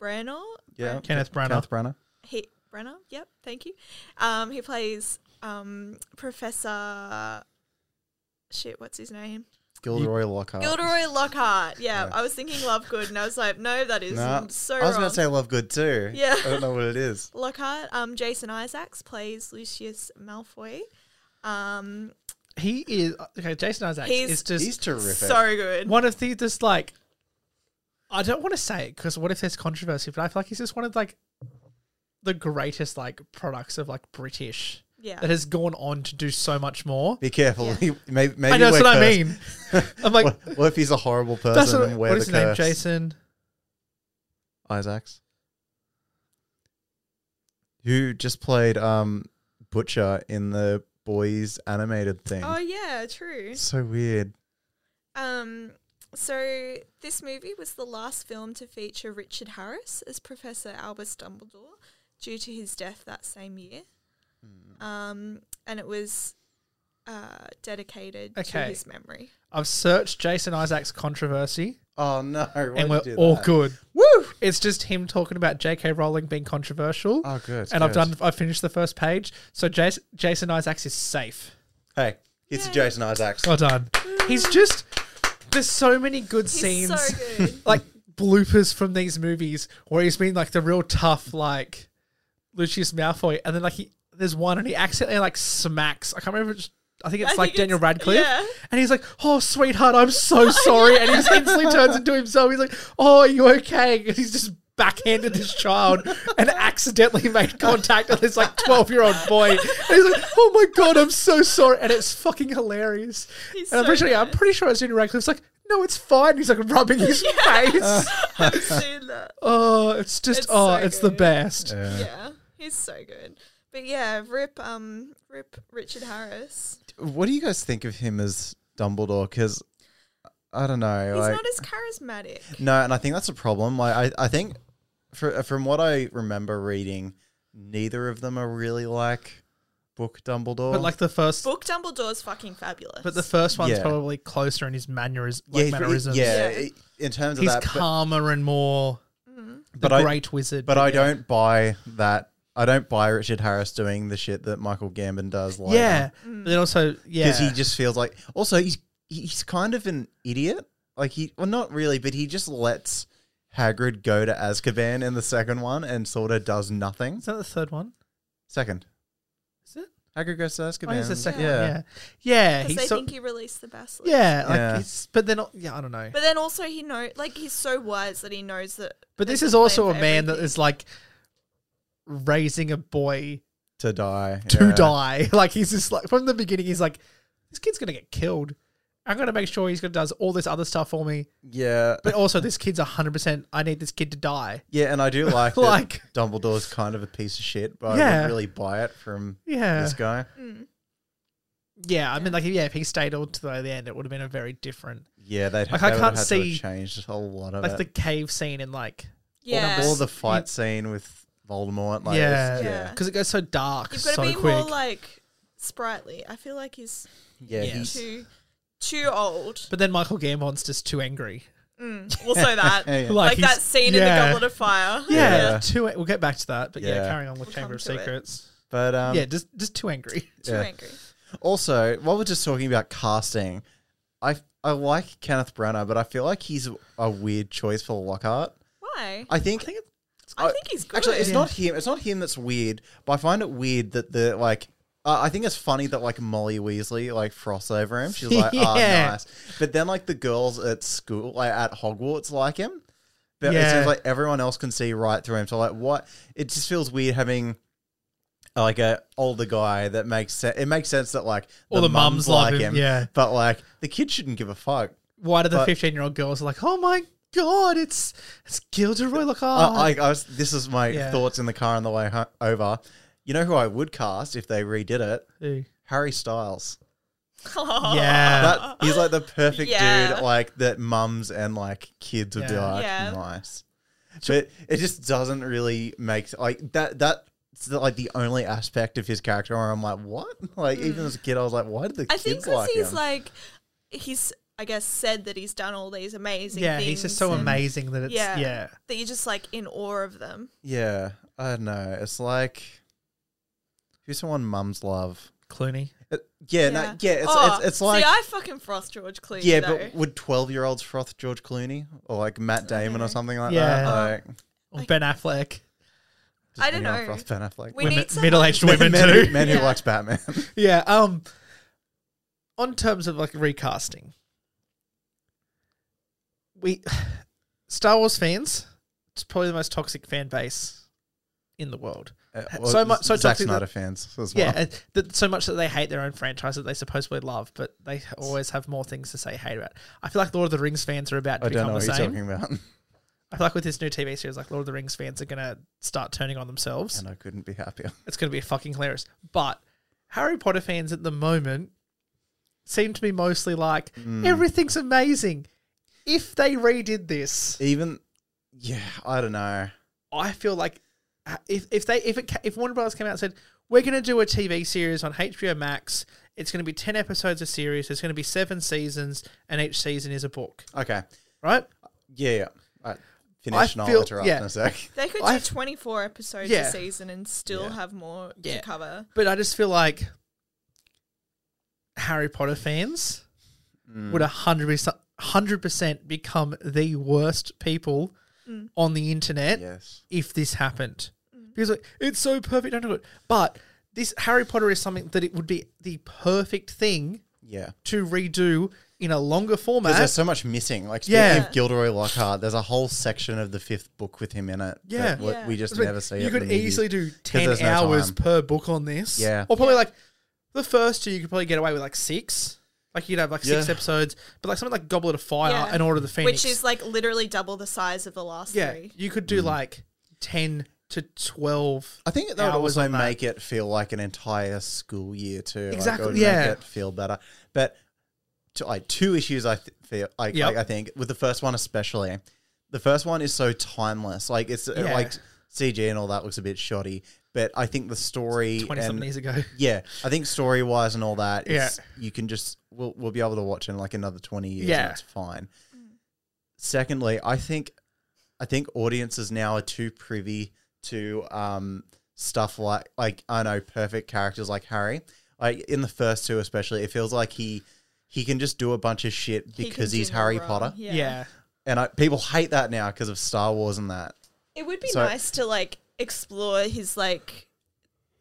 B: Branagh.
C: Yeah.
A: Kenneth Branagh.
C: Kenneth Branagh.
B: He Brenner, yep, thank you. Um, he plays um, Professor. Shit, what's his name?
C: Gilderoy Lockhart.
B: Gilderoy Lockhart. Yeah,
C: Uh, Yeah.
B: I was thinking Lovegood, and I was like, no, that is
C: Nah,
B: so
C: I was
B: wrong.
C: about to say Love Good too.
B: Yeah.
C: I don't know what it is.
B: Lockhart. Um, Jason Isaacs plays Lucius Malfoy. Um,
A: He is okay. Jason Isaacs
B: He's-
A: is just
C: He's terrific.
B: so good.
A: one of the just like I don't want to say it because what if there's controversy? But I feel like he's just one of like the greatest like products of like British
B: Yeah.
A: that has gone on to do so much more.
C: Be careful.
B: Yeah.
C: He- may- maybe,
A: I know that's
C: we're
A: what I
C: cursed.
A: mean. I'm like,
C: what, what if he's a horrible person
A: that's what,
C: and we're
A: what is
C: the
A: his name?
C: curse?
A: Jason.
C: Isaacs, who just played um Butcher in the Boys animated thing.
B: Oh yeah, true.
C: So weird.
B: Um, So this movie was the last film to feature Richard Harris as Professor Albus Dumbledore due to his death that same year.
C: Hmm.
B: Um, and it was uh, dedicated to
A: Okay.
B: his memory.
A: I've searched Jason Isaacs controversy,
C: Oh no! why'd you
A: and we're
C: do
A: all
C: that?
A: good. Woo! It's just him talking about J.K. Rowling being controversial.
C: Oh, good.
A: and I've
C: good.
A: done. I've finished the first page, so Jason, Jason Isaacs is safe.
C: Hey, it's
B: Yay.
C: Jason Isaacs.
A: Well done. He's just. There's so many good
B: He's
A: scenes.
B: so good.
A: like bloopers from these movies where he's been like the real tough like Lucius Malfoy, and then like he there's one and he accidentally like smacks. I can't remember. If it's, I think it's
B: I
A: like
B: think
A: Daniel
B: it's-
A: Radcliffe,
B: yeah.
A: and he's like, "Oh, sweetheart, I'm so sorry," and he just instantly turns into himself. He's like, "Oh, are you okay?" And he's just backhanded this child and accidentally made contact with this like 12 year old boy and he's like oh my god i'm so sorry and it's fucking hilarious
B: He's
A: and I'm
B: so
A: pretty, sure, I'm
B: good.
A: pretty sure it's Daniel Radcliffe's like, no, it's fine. He's like rubbing his face.
B: I've seen that.
A: Oh, it's just,
B: It's
A: oh,
B: so
A: it's the
B: good.
A: best.
C: Yeah.
B: Yeah, he's so good. But yeah, rip, um, rip Richard Harris.
C: What do you guys think of him as Dumbledore? Because I don't know.
B: He's
C: like,
B: not as charismatic.
C: No, and I think that's a problem. Like, I, I think fr from what I remember reading, neither of them are really like book Dumbledore.
A: But like the first,
B: Book Dumbledore's fucking fabulous.
A: but the first one's
C: Yeah.
A: probably closer in his mannerism,
C: yeah,
A: like
C: he's pretty-
A: mannerisms.
C: yeah,
B: Yeah.
C: i- in terms of
A: he's
C: that. but
A: calmer and more the
B: Mm-hmm.
C: but I-
A: great wizard.
C: but I
A: yeah.
C: don't buy that. I don't buy Richard Harris doing the shit that Michael Gambon does. Like,
A: Yeah, but then also, yeah,
C: because he just feels like. Also, he's he's kind of an idiot. Like he, well, not really, but he just lets Hagrid go to Azkaban in the second one and sort of does nothing.
A: is that the third one?
C: Second,
A: Is it?
C: Hagrid goes to
A: Oh,
C: Azkaban.
A: he's the second
C: yeah.
A: one. Yeah, yeah,
B: because they
A: he's so,
B: think he released the basilisk.
A: yeah, like
C: Yeah.
A: He's, but then, yeah, I don't know.
B: But then also he know like he's so wise that he knows that.
A: But this
B: there's
A: is also a
B: plan for
A: man that
B: everything.
A: is like raising a boy
C: to die.
A: to
C: yeah.
A: die. Like he's just like from the beginning, he's like, this kid's gonna get killed. I'm gonna make sure he's gonna does all this other stuff for me.
C: Yeah,
A: But also, this kid's 100. percent I need this kid to die.
C: yeah, and I do like
A: Like-
C: like Dumbledore's kind of a piece of shit, but I
A: Yeah.
C: wouldn't really buy it from
A: Yeah,
C: this guy.
B: mm,
A: yeah. I mean, like, yeah, if he stayed all to the end, it would have been a very different.
C: Yeah, they'd
A: Like,
C: they
A: I
C: would
A: can't
C: have had to
A: see-
C: have changed a whole lot of
A: Like the
C: it.
A: cave scene in like
B: yeah.
C: All the fight scene with Voldemort, like
A: Yeah.
C: yeah, yeah,
B: Yeah.
A: because it goes so dark,
B: You've got to
A: so
B: be
A: quick.
B: more like sprightly. I feel like he's
C: yeah,
A: Yeah.
C: he's-
B: too too old.
A: but then Michael Gambon's just too angry.
B: Mm, also that
C: yeah, yeah.
B: like,
A: he's-
B: that scene
A: yeah.
B: in the Goblet of Fire.
A: Yeah,
C: Yeah.
A: too. We'll get back to that, but yeah,
C: Yeah.
A: carrying on with
B: We'll
A: Chamber
B: come
A: of
B: to it.
A: Secrets.
C: But um,
A: yeah, just just too angry.
B: Too
C: Yeah.
B: angry.
C: also while we're just talking about casting, I I like Kenneth Branagh, but I feel like he's a weird choice for Lockhart.
B: Why? I,
C: I think,
A: think
B: think he's good.
C: Actually, it's
A: Yeah.
C: not him. It's not him that's weird, but I find it weird that the like. Uh, I think it's funny that like Molly Weasley like frosts over him. She's like, "Ah,
A: Yeah.
C: nice," but then like the girls at school, like at Hogwarts, like him. But it
A: Yeah.
C: seems like everyone else can see right through him. So like, what? It just feels weird having uh, like a older guy that makes sense. It makes sense that like
A: All the mums love him, yeah.
C: But like the kids shouldn't give a fuck.
A: Why do the
C: But-
A: 15 year old girls are like, oh my god, it's it's Gilderoy Lockhart?
C: I, I, I was, this is my
A: Oh. Yeah.
C: thoughts in the car on the way ho- over. You know who I would cast if they redid it?
A: Ooh.
C: Harry Styles.
B: Oh.
A: yeah,
C: That he's like the perfect
B: Yeah.
C: dude, like that mums and like kids would be
A: Yeah.
C: like,
B: Yeah.
C: nice. But it just doesn't really make like that. That's the, like the only aspect of his character where I'm like, what? Like even as a kid, I was like, why did the
B: I think
C: kids
B: because
C: like
B: he's
C: him?
B: like he's I guess said that he's done all these amazing
A: yeah,
B: things.
A: he's just so
B: and
A: amazing that it's yeah.
B: Yeah. that you're just like in awe of them.
C: yeah, I don't know. It's like who's someone mums love.
A: Clooney.
C: It- yeah, no, yeah. It's,
B: Oh,
C: it's, it's like
B: see, I fucking frost George Clooney.
C: Yeah,
B: though.
C: but would twelve year olds froth George Clooney or like Matt Damon or something like
A: Yeah.
C: that? Like,
A: Or
B: Like-
A: Ben Affleck.
C: does
B: I don't
C: anyone
B: know.
C: Froth Ben Affleck.
B: We
A: Women,
B: need someone-
A: middle aged
C: men,
A: women
C: men
A: too.
C: who, men
B: Yeah.
C: who likes Batman.
A: yeah. Um. On terms of like recasting, we Star Wars fans, it's probably the most toxic fan base in the world.
C: Uh,
A: So much- so
C: Zack
A: toxic that-
C: Snyder fans as well.
A: Yeah, and th- so much that they hate their own franchise that they supposedly love, but they always have more things to say hate about. I feel like Lord of the Rings fans are about to
C: I don't
A: become
C: know
A: the
C: what you're
A: same.
C: talking about,
A: I feel like with this new TV series, like Lord of the Rings fans are gonna start turning on themselves.
C: and I couldn't be happier.
A: It's gonna be fucking hilarious. But Harry Potter fans
C: Hmm.
A: at the moment seem to be mostly like everything's amazing. if they redid this,
C: Even, yeah, I don't know.
A: I feel like uh, if, if they if it ca- if Warner Brothers came out and said we're going to do a TV series on HBO Max, it's going to be ten episodes a series. There's going to be seven seasons, and each season is a book.
C: Okay,
A: Right?
C: yeah, yeah. All right. Finish, and I'll
A: feel-
C: interrupt
A: yeah.
C: in a sec.
B: They could do
A: I've-
B: 24 episodes
A: Yeah.
B: a season and still
C: Yeah.
B: have more
A: Yeah.
B: to cover.
A: But I just feel like Harry Potter fans would a hundred percent hundred percent become the worst people on the internet
C: Yes.
A: if this happened. Because like, it's so perfect, don't do it. But this Harry Potter is something that it would be the perfect thing
C: Yeah.
A: to redo in a longer
C: Because
A: format.
C: there's so much missing. Like speaking
A: Yeah.
C: of Gilderoy Lockhart, there's a whole section of the fifth book with him in it.
A: Yeah.
C: that we-
B: Yeah.
C: we just
A: It's like,
C: never see.
A: you
C: it in
A: could
C: the movies.
A: easily do ten
C: there's no
A: hours
C: time.
A: per book on this.
C: Yeah.
A: or probably like the first two, you could probably get away with like six. Like you'd have like six
C: Yeah.
A: episodes, but like something like Goblet of Fire
B: Yeah.
A: and Order of the Phoenix,
B: Which is like literally double the size of the last
A: yeah,
B: three.
A: you could
C: Mm.
A: do like ten to twelve.
C: I think that would
A: hours
C: also
A: on that.
C: make it feel like an entire school year too. Like, it
A: Exactly,
C: would
A: yeah.
C: Make it feel better, but to, like two issues I th- feel like,
A: Yep.
C: like I think with the first one especially, the first one is so timeless. Like it's uh,
A: Yeah.
C: like CG and all that looks a bit shoddy, but I think the story
A: Twenty
C: and
A: something years ago,
C: yeah, I think story wise and all that, it's, you can just we'll we'll be able to watch in like another twenty years.
A: Yeah.
C: and it's fine. Secondly, I think I think audiences now are too privy to um stuff like like I know perfect characters like Harry. Like in the first two, especially, it feels like he he can just do a bunch of shit
B: He can
C: because
B: do
C: he's
B: no
C: Harry
B: wrong.
C: Potter,
A: yeah.
C: and I, people hate that now because of Star Wars and that.
B: It would be
C: So-
B: nice to like explore his like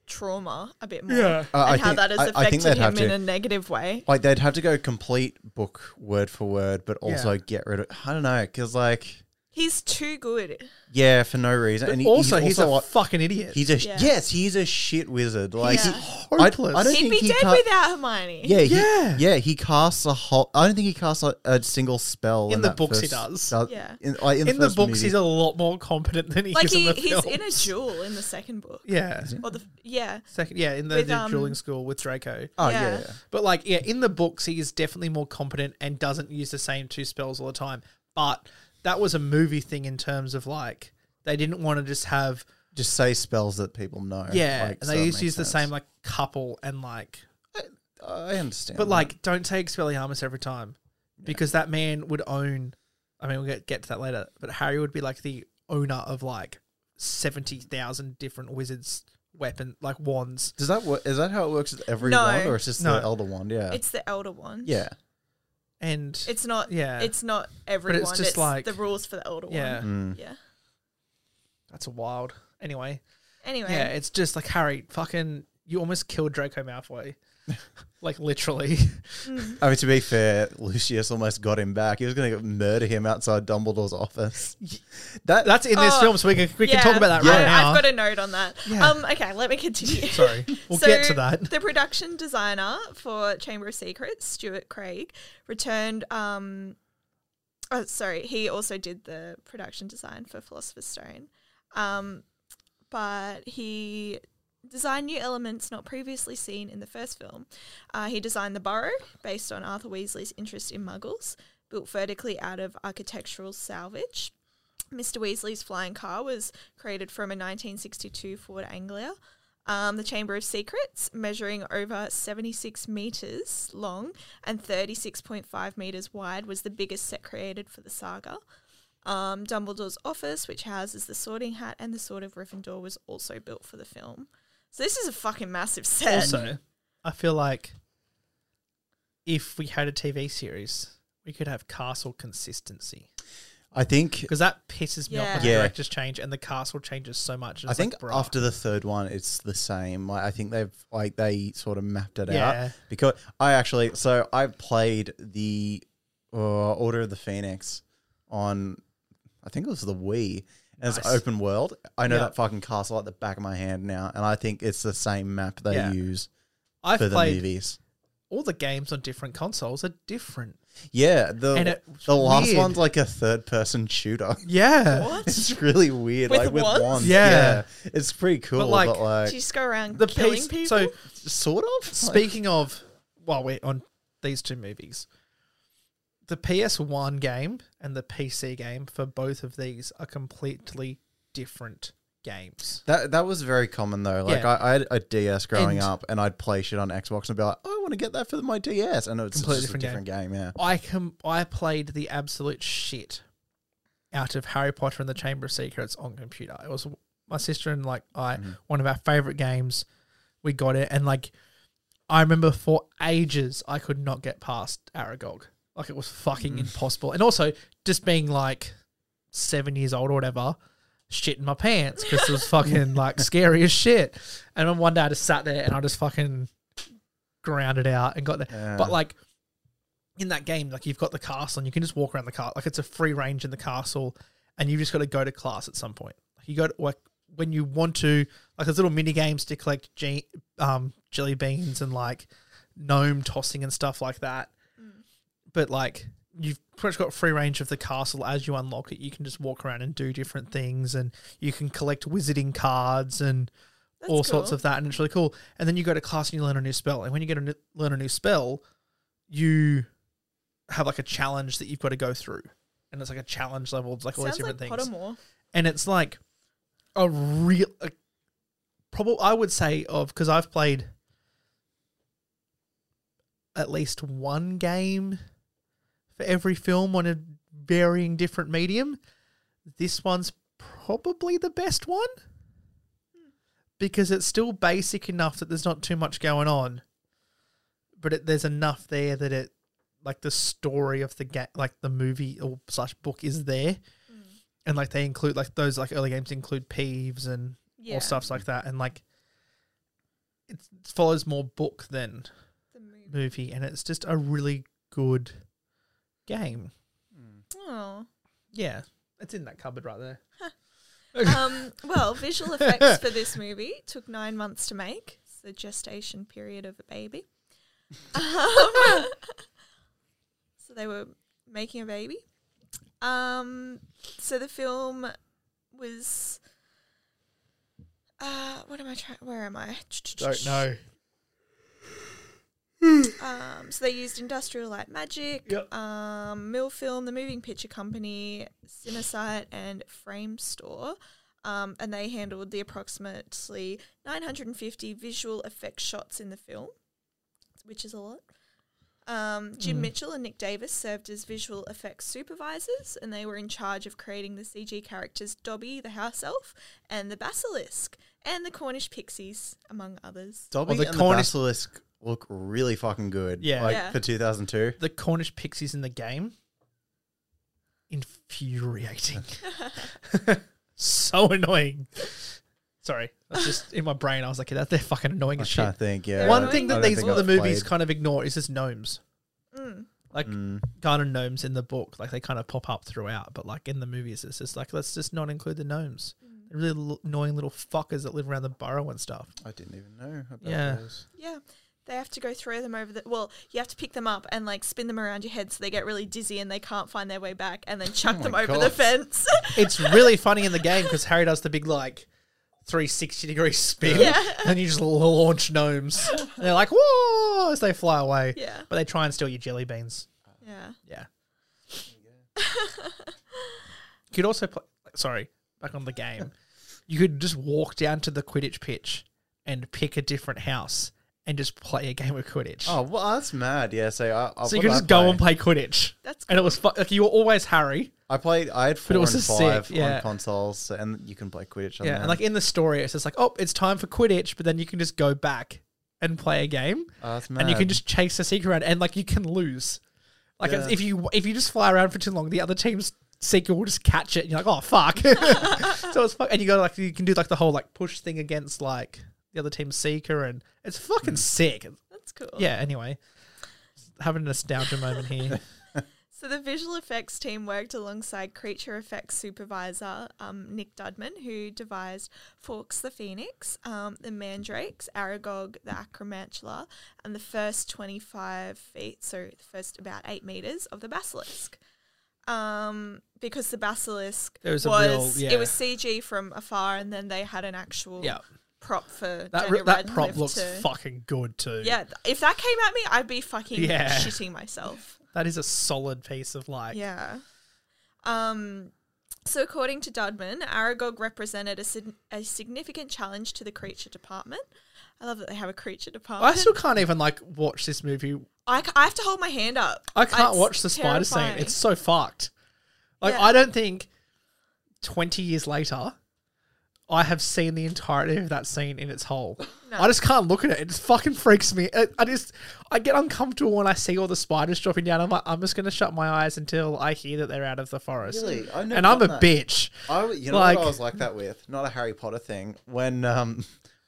B: trauma a bit more.
A: Yeah.
C: Uh, I
B: and how
C: think-
B: that has
C: I- I
B: affected
C: think they'd have
B: him in
C: to.
B: a negative way.
C: like they'd have to go complete book word for word, but also
A: Yeah.
C: get rid of. I don't know, because like
B: He's too good.
C: yeah, for no reason.
A: But
C: and he-
A: also, he's, a
C: like-
A: fucking idiot.
C: he's a
B: Yeah.
C: yes, he's a shit wizard. Like
B: He's
C: I-
A: hopeless.
C: I, don't
B: He'd
C: think
B: be
C: he
B: dead
C: ca-
B: without Hermione.
C: Yeah, he,
A: Yeah.
C: yeah, he casts a whole. I don't think he casts a, a single spell
A: In
C: in
A: the
C: that
A: books he
C: first-
A: does.
B: Yeah.
C: in, like, in,
A: in the
C: first
A: books,
C: movie.
A: he's a lot more competent than he
B: Like
A: is
B: he,
A: in the
B: he's
A: film.
B: in a duel in the second book.
A: yeah,
B: Or the yeah.
A: second, yeah, in the,
B: With,
A: the
B: um,
A: dueling school with Draco.
C: Oh
B: yeah.
C: yeah.
A: But like, yeah, in the books, he is definitely more competent and doesn't use the same two spells all the time. But that was a movie thing in terms of like they didn't want to just have
C: just say spells that people know.
A: yeah,
C: like,
A: and
C: so
A: they
C: it
A: used to
C: makes
A: use the
C: sense.
A: same like couple and like,
C: I understand,
A: but
C: that.
A: like don't say Expelliarmus every time because that man would own. I mean, we'll get get to that later. But Harry would be like the owner of like seventy thousand different wizards' weapon like wands.
C: does that wo- is that how it works with every
B: No.
C: wand, or it's just
A: No.
C: the elder wand? Yeah,
B: It's the elder one.
C: yeah.
A: And
B: It's not
A: Yeah.
B: it's not everyone.
A: just like-
B: the rules for the elder
A: yeah,
B: one.
C: Mm.
B: Yeah.
A: that's wild. Anyway,
B: Anyway.
A: Yeah, it's just like Harry, fucking, you almost killed Draco Malfoy, like literally.
C: I mean, to be fair, Lucius almost got him back. He was going to murder him outside Dumbledore's office. That
A: That's in this
B: Oh,
A: film, so we can we can talk about that
B: yeah.
A: right
B: I-
A: now.
B: I've got a note on that.
A: Yeah.
B: Um, okay, let me continue.
A: Sorry, we'll
B: So,
A: get to that.
B: The production designer for Chamber of Secrets, Stuart Craig, returned. Um, oh, sorry, he also did the production design for Philosopher's Stone, um, but he designed new elements not previously seen in the first film. Uh, he designed the Burrow based on Arthur Weasley's interest in Muggles, built vertically out of architectural salvage. Mr. Weasley's flying car was created from a 1962 Ford Anglia. Um, the Chamber of Secrets, measuring over 76 metres long and 36.5 metres wide, was the biggest set created for the saga. Um, Dumbledore's office, which houses the Sorting Hat and the Sword of Gryffindor, was also built for the film. So this is a fucking massive set.
A: Also, I feel like if we had a TV series, we could have castle consistency
C: I think.
A: because that pisses me off when
C: Yeah.
A: the
C: Yeah.
A: directors change and the castle changes so much. It's
C: I think
A: like, bruh.
C: after the third one, it's the same. Like, I think they've like they sort of mapped it
A: Yeah.
C: out because I actually so I played the uh, Order of the Phoenix on I think it was the Wii. And It's
A: Nice.
C: open world. I know
A: Yeah.
C: that fucking castle at the back of my hand now, and I think it's the same map they
A: Yeah.
C: use
A: I've
C: for the
A: played
C: movies.
A: all the games on different consoles are different.
C: Yeah, the
A: And it's
C: the last
A: weird.
C: one's like a third person shooter.
A: Yeah,
B: What?
C: It's really weird,
B: With
C: like with
B: wands?
C: wands.
A: Yeah.
C: it's pretty cool, but
A: like,
C: like,
B: Do you just go around
A: the
B: killing
A: piece.
B: people?
A: So
C: sort of.
A: Speaking of, while we're on these two movies, the PS1 game and the PC game for both of these are completely different games.
C: That that was very common though. Like
A: Yeah.
C: I, I had a DS growing
A: And-
C: up, and I'd play shit on Xbox and be like, "Oh, I want to get that for my DS," and it's
A: Completely
C: just a
A: different
C: different game. yeah,
A: I com- I played the absolute shit out of Harry Potter and the Chamber of Secrets on computer. It was my sister and like I one of our favorite games. We got it and like I remember for ages I could not get past Aragog. Like it was fucking impossible. And also just being like 7 years old or whatever shit in my pants because it was fucking like scary as shit. And then one day I just sat there and I just fucking ground it out and got there.
C: Yeah.
A: But like in that game, like you've got the castle and you can just walk around the castle. Like it's a free range in the castle, and you've just got to go to class at some point. Like you go to, like when you want to, like there's little mini games to collect ge- um, jelly beans and like gnome tossing and stuff like that. But like you've pretty much got free range of the castle as you unlock it. You can just walk around and do different things, and you can collect wizarding cards and
B: That's
A: all sorts
B: cool.
A: of that, and it's really cool. And then you go to class and you learn a new spell, and when you get a new, learn a new spell, you have like a challenge that you've got to go through, and it's like a challenge level, it's like all these
B: Sounds like
A: different things,
B: Pottermore.
A: and it's like a real, a, probably I would say of because I've played at least one game for every film on a varying different medium. This one's probably the best one because it's still basic enough that there's not too much going on, but it, there's enough there that it, like the story of the game, like the movie or slash book is there, and like they include like those like early games include peeves and
B: Yeah.
A: all stuffs like that, and like it follows more book than
B: The movie.
A: movie, and it's just a really good game.
B: Oh.
A: Yeah, it's in that cupboard right there.
B: Um, well, visual effects for this movie took nine months to make. It's the gestation period of a baby. Um, so they were making a baby. Um, so the film was. Uh, what am I trying? Where am I?
A: Don't know.
B: Um, so they used industrial light magic,
A: Yep.
B: um, Mill Film, the moving picture company, Cinesite, and Frame Store. Um, and they handled the approximately 950 visual effects shots in the film, which is a lot. Um, Jim Mitchell and Nick Davis served as visual effects supervisors, and they were in charge of creating the CG characters Dobby, the house elf, and the basilisk, and the Cornish pixies, among others.
C: Dobby
A: Well, the
C: and
A: Cornish-
C: the Basilisk look really fucking good.
A: Yeah.
C: like
B: Yeah.
C: for 2002.
A: The Cornish pixies in the game, infuriating. so annoying. Sorry, that's just in my brain. I was like, that they're fucking annoying
C: I
A: as shit.
C: can't think. Yeah,
A: One
B: annoying.
A: thing
C: I
A: that
C: don't
A: these
C: think
A: the
C: I've
A: movies
C: played.
A: kind of ignore is just gnomes,
B: Mm.
A: like
C: Mm.
A: garden gnomes in the book. Like they kind of pop up throughout, but like in the movies, it's just like let's just not include the gnomes.
B: Mm.
A: They're really l- annoying little fuckers that live around the burrow and stuff.
C: I didn't even know about
A: Yeah.
C: those.
B: Yeah. They have to go throw them over the. Well, you have to pick them up and like spin them around your head so they get really dizzy and they can't find their way back and then chuck
C: Oh
B: them
C: my
B: over the
C: God.
B: fence.
A: it's really funny in the game because Harry does the big like 360 degree spin,
B: Yeah.
A: and you just launch gnomes. And they're like, whoa, as they fly away.
B: yeah.
A: But they try and steal your jelly beans.
B: Yeah.
A: Yeah. you could also play. Sorry, back on the game. You could just walk down to the Quidditch pitch and pick a different house and just play a game of Quidditch.
C: Oh well, that's mad. Yeah, so I, I
A: so you could
C: what did I
A: just go
C: play?
A: and play Quidditch.
B: That's
A: And it was fu- like you were always Harry.
C: I played. I had four
A: it was
C: and
A: just
C: five
A: sick, yeah.
C: on consoles, so- and you can play Quidditch. On
A: Yeah,
C: there.
A: and like in the story, it's just like, oh, it's time for Quidditch, but then you can just go back and play a game,
C: Oh, that's
A: and you can
C: mad.
A: just chase the seeker around, and like you can lose. Like
C: Yeah.
A: if you if you just fly around for too long, the other team's seeker will just catch it, and you're like, oh fuck. so it's fuck, and you go like you can do like the whole like push thing against like the other team's seeker, and it's fucking sick.
B: that's cool.
A: Yeah. Anyway, having a nostalgia moment here.
B: So the visual effects team worked alongside creature effects supervisor um, Nick Dudman, who devised Fawkes the Phoenix, um, the Mandrakes, Aragog, the Acromantula, and the first 25 feet, so the first about eight meters of the basilisk. Um, because the basilisk
A: There was
B: was,
A: a real- yeah.
B: it was CG from afar, and then they had an actual
A: Yeah.
B: prop for
A: That
B: Daniel
A: that
B: Radcliffe
A: prop looks
B: to-
A: fucking good too.
B: yeah, th- if that came at me, I'd be fucking
A: Yeah.
B: shitting myself.
A: That is a solid piece of like.
B: Yeah. Um, so, according to Dudman, Aragog represented a, sig- a significant challenge to the creature department. I love that they have a creature
A: I
B: department.
A: still can't even like watch this movie.
B: I, ca- I have to hold my hand up.
A: I can't
B: It's
A: watch the spider
B: terrifying.
A: scene. It's so fucked. Like
B: Yeah.
A: I don't think twenty years later, I have seen the entirety of that scene in its whole.
B: No.
A: I just can't look at it. It just fucking freaks me. I, I just I get uncomfortable when I see all the spiders dropping down. I'm like, I'm just gonna shut my eyes until I hear that they're out of the forest.
C: Really? I've never
A: And I'm a
C: done that.
A: bitch.
C: I, you know
A: Like-
C: what I was like that with? Not a Harry Potter thing. When um,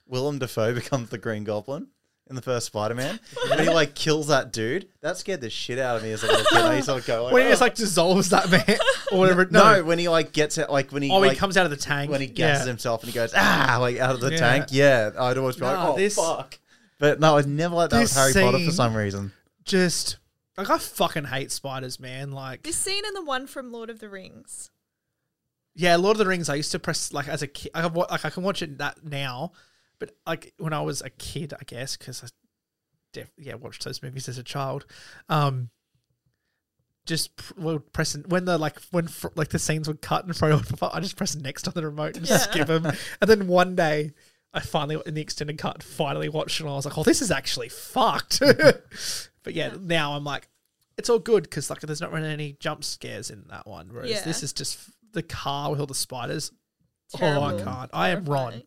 C: Willem Dafoe becomes the Green Goblin in the first Spider-Man, and he like kills that dude, that scared the shit out of me as a little kid. I used to like, go like,
A: When he
C: "Oh."
A: just like dissolves that man or whatever.
C: no.
A: No.
C: when he like gets it, like when he
A: Oh,
C: like,
A: he comes out of the tank.
C: when he gases
A: Yeah.
C: himself and he goes ah like out of the
A: Yeah.
C: tank. Yeah, I'd always be
A: Nah,
C: like, oh
A: this-
C: fuck. But no, I was never like that with
A: this
C: Harry Potter
A: scene-
C: for some reason.
A: Just like I fucking hate spiders, man. Like
B: This scene and the one from Lord of the Rings.
A: Yeah, Lord of the Rings. I used to press like as a kid. I wa- like I can watch it that now, but like when I was a kid, I guess because I def- yeah watched those movies as a child. Um, just pr- well, pressing when the like when fr- like the scenes would cut and throw. I just press next on the remote and
B: Yeah.
A: skip them. And then one day, I finally in the extended cut finally watched it and I was like, oh, this is actually fucked. but yeah, now I'm like, it's all good because like there's not really any jump scares in that one. Whereas
B: Yeah.
A: this is just f- the car with all the spiders. Oh, I
B: Terrible.
A: can't. I am Ron.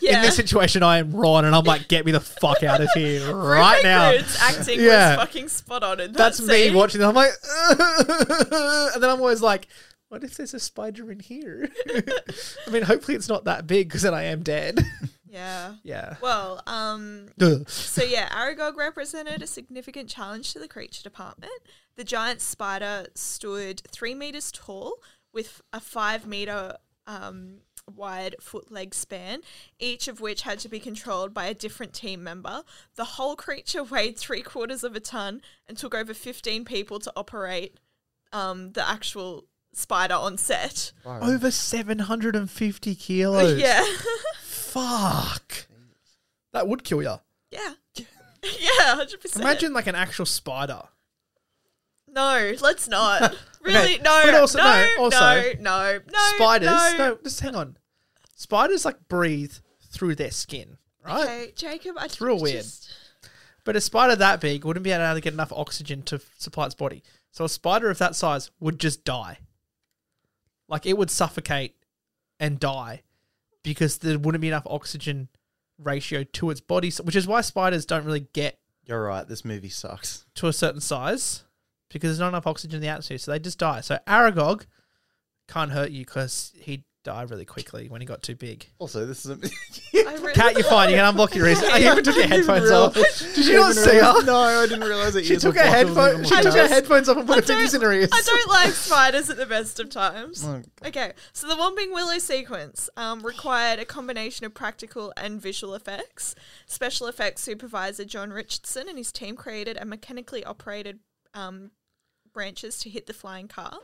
B: Yeah.
A: In this situation, I am Ron, and I'm like, get me the fuck out of here right
B: Rupert
A: now.
B: Grint's acting
A: Yeah.
B: was fucking spot on. In that
A: That's me
B: scene.
A: watching. Them. I'm like, and then I'm always like, what if there's a spider in here? I mean, hopefully it's not that big because then I am dead.
B: Yeah.
A: yeah.
B: Well, um,
A: Ugh.
B: so yeah, Aragog represented a significant challenge to the creature department. The giant spider stood three meters tall with a five meter um, wide foot leg span, each of which had to be controlled by a different team member. The whole creature weighed three quarters of a ton and took over 15 people to operate um, the actual spider on set.
A: Over 750 kilos.
B: yeah.
A: Fuck. That would kill you.
B: yeah. Yeah, 100%.
A: Imagine like an actual spider.
B: No, let's not. Really?
A: Okay,
B: No,
A: but also-
B: no,
A: no,
B: no,
A: also-
B: no, no,
A: Spiders.
B: no.
A: No, just hang on. Spiders like breathe through their skin, right?
B: Okay, Jacob, I
A: real weird.
B: just-
A: But a spider that big wouldn't be able to get enough oxygen to f- supply its body. So a spider of that size would just die. Like it would suffocate and die because there wouldn't be enough oxygen ratio to its body, so- which is why spiders don't really get
C: You're right. This movie sucks.
A: to a certain size because there's not enough oxygen in the atmosphere, so they just die. So Aragog can't hurt you because he died really quickly when he got too big.
C: Also, this is
B: I really-
A: Cat, you're fine. You can unblock your ears. I even took your headphones off. Did you not see her?
C: No, I didn't realize that
A: She took her headphone. She
B: I
A: took her
B: just-
A: headphones off and put
B: I
A: her fingers in her ears.
B: don't, I don't like spiders at the best of times.
C: Mm.
B: Okay, so the Whomping Willow sequence um, required a combination of practical and visual effects. Special effects supervisor John Richardson and his team created a mechanically operated um, branches to hit the flying car.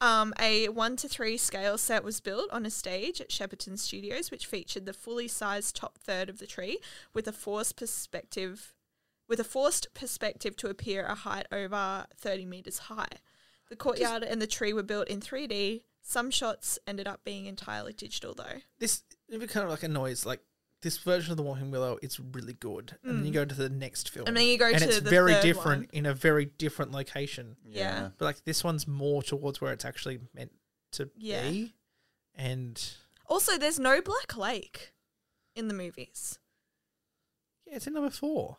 B: Um, a one to three scale set was built on a stage at Shepperton Studios, which featured the fully sized top third of the tree with a forced perspective, with a forced perspective to appear a height over thirty meters high. The courtyard and the tree were built in three D. Some shots ended up being entirely digital, though.
A: this it kind of like annoys like this version of the Walking Willow is really good, and then you go to the next film,
B: And then you go
A: and
B: to
A: it's
B: the
A: very
B: third
A: different
B: one.
A: in a very different location.
B: Yeah.
A: But like this one's more towards where it's actually meant to
B: Yeah.
A: be, and
B: Also, there's no Black Lake in the movies.
A: yeah, it's in number four.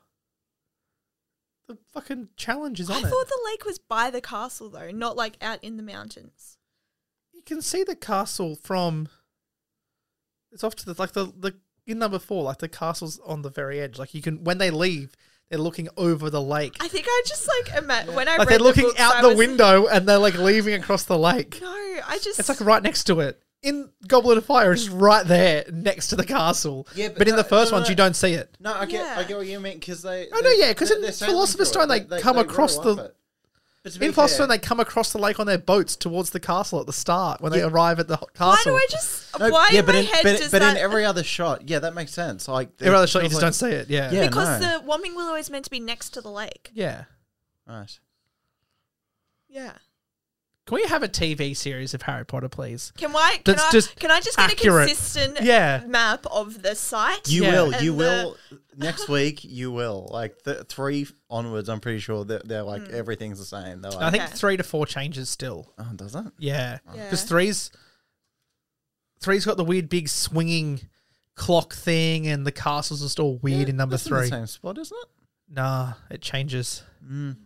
A: The fucking challenge is
B: I
A: on it.
B: thought the lake was by the castle, though, not like out in the mountains.
A: you can see the castle from. It's off to the like the the in number four, like the castle's on the very edge. Like you can when they leave, they're looking over the lake.
B: I think I just like ima- when I
A: like
B: read
A: they're
B: the
A: looking
B: books, I
A: out the
B: was-
A: window and they're like leaving across the lake.
B: No, I just
A: It's like right next to it. In Goblet of Fire, it's just right there next to the castle.
C: Yeah,
A: but,
C: but
A: in the
C: no,
A: first
C: no,
A: ones,
C: no.
A: you don't see it.
C: No, I get,
B: Yeah.
C: I get what you mean because they.
A: Oh, no,
C: they-
A: yeah, 'cause
C: they're-
A: in
C: they're sailing
A: Philosopher's
C: through it.
A: Stone, they come
C: really
A: across
C: love
A: the-
C: it. But to be
A: In Foster,
C: fair-
A: they come across the lake on their boats towards the castle at the start when they
C: Yeah.
A: arrive at the ho-
B: why
A: castle.
B: do I just
C: No,
B: why
C: yeah,
B: in
C: but
B: my
C: in,
B: head
C: but,
B: does
C: but
B: that
C: in every other shot, yeah, that makes sense. Like
A: Every other shot, you
C: feels
A: just
C: like-
A: don't see it. Yeah.
C: Yeah.
B: because
C: no.
B: the Wombing Willow is meant to be next to the lake.
A: Yeah.
C: Right.
B: Yeah.
A: Can we have a TV series of Harry Potter, please?
B: Can I? Can
A: That's
B: I?
A: just
B: can I just
A: accurate.
B: get a consistent
A: Yeah.
B: map of the site?
C: You
A: Yeah.
C: will.
B: And
C: You
B: the-
C: will. Next week, you will. Like the three onwards, I'm pretty sure that they're like
B: Hmm.
C: everything's the same. They're
A: I
C: like,
A: think
B: Okay.
A: three to four changes still.
C: oh, does it?
A: Yeah,
B: Yeah.
A: because three's three's got the weird big swinging clock thing, and the castles are still weird in number
C: That's in the
A: three.
C: same spot, isn't it?
A: Nah, it changes.
B: Mm.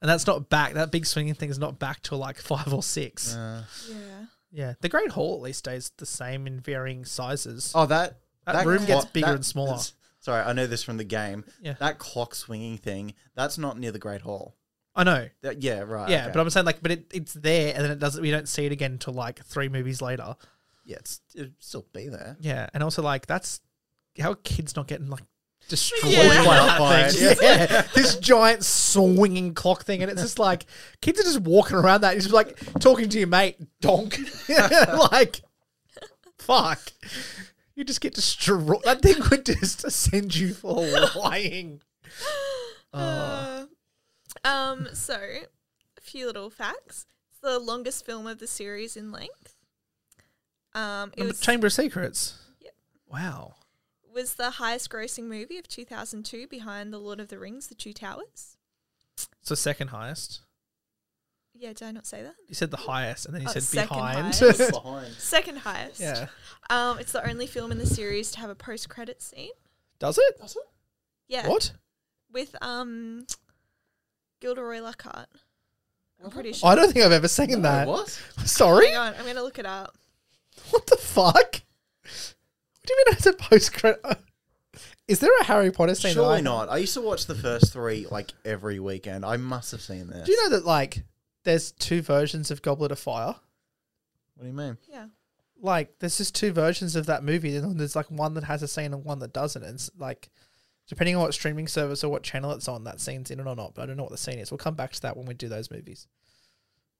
A: And that's not back. That big swinging thing is not back till like five or six.
C: Uh,
B: Yeah.
A: yeah, the Great Hall at least stays the same in varying sizes.
C: oh, that
A: That room
C: clo-
A: gets bigger and smaller.
C: that's- Sorry, I know this from the game.
A: Yeah.
C: That clock swinging thing. That's not near the Great Hall.
A: I know.
C: That, yeah, right.
A: Yeah,
C: okay.
A: but I'm saying like, but it, it's there, and then it doesn't. We don't see it again until like three movies later.
C: yeah, it's it'd still be there.
A: Yeah, and also like that's how are kids not getting like destroyed
B: Yeah.
A: by that
C: By
A: thing.
C: it,
A: Yeah. this giant swinging clock thing, and it's just like kids are just walking around that, just like talking to your mate, donk, like fuck. You just get destroyed. That thing would just send you flying.
B: Uh, um. So, a few little facts. It's the longest film of the series in length. Um. It
A: Remember
B: was,
A: Chamber of Secrets.
B: Yep.
A: Wow.
B: was the highest grossing movie of 2002 behind The Lord of the Rings, The Two Towers.
A: It's the second highest.
B: Yeah, did I not say that?
A: You said the highest, and then you
B: Oh,
A: said
B: second
A: behind.
B: highest.
C: Behind.
B: Second highest.
A: yeah.
B: Um, it's the only film in the series to have a post-credit scene.
A: Does it?
B: Yeah.
A: What?
B: With um, Gilderoy Lockhart. I'm pretty sure.
A: I don't think I've ever seen that.
C: What?
A: Sorry?
B: Hang on, I'm gonna look it up.
A: What the fuck? What do you mean it's a post credit? Is there a Harry Potter scene? that I-
C: Surely not. I used to watch the first three like every weekend. I must have seen this.
A: Do you know that like there's two versions of Goblet of Fire?
C: What do you mean?
B: Yeah.
A: Like there's just two versions of that movie, and there's like one that has a scene and one that doesn't. And it's like depending on what streaming service or what channel it's on, that scene's in it or not. But I don't know what the scene is. We'll come back to that when we do those movies.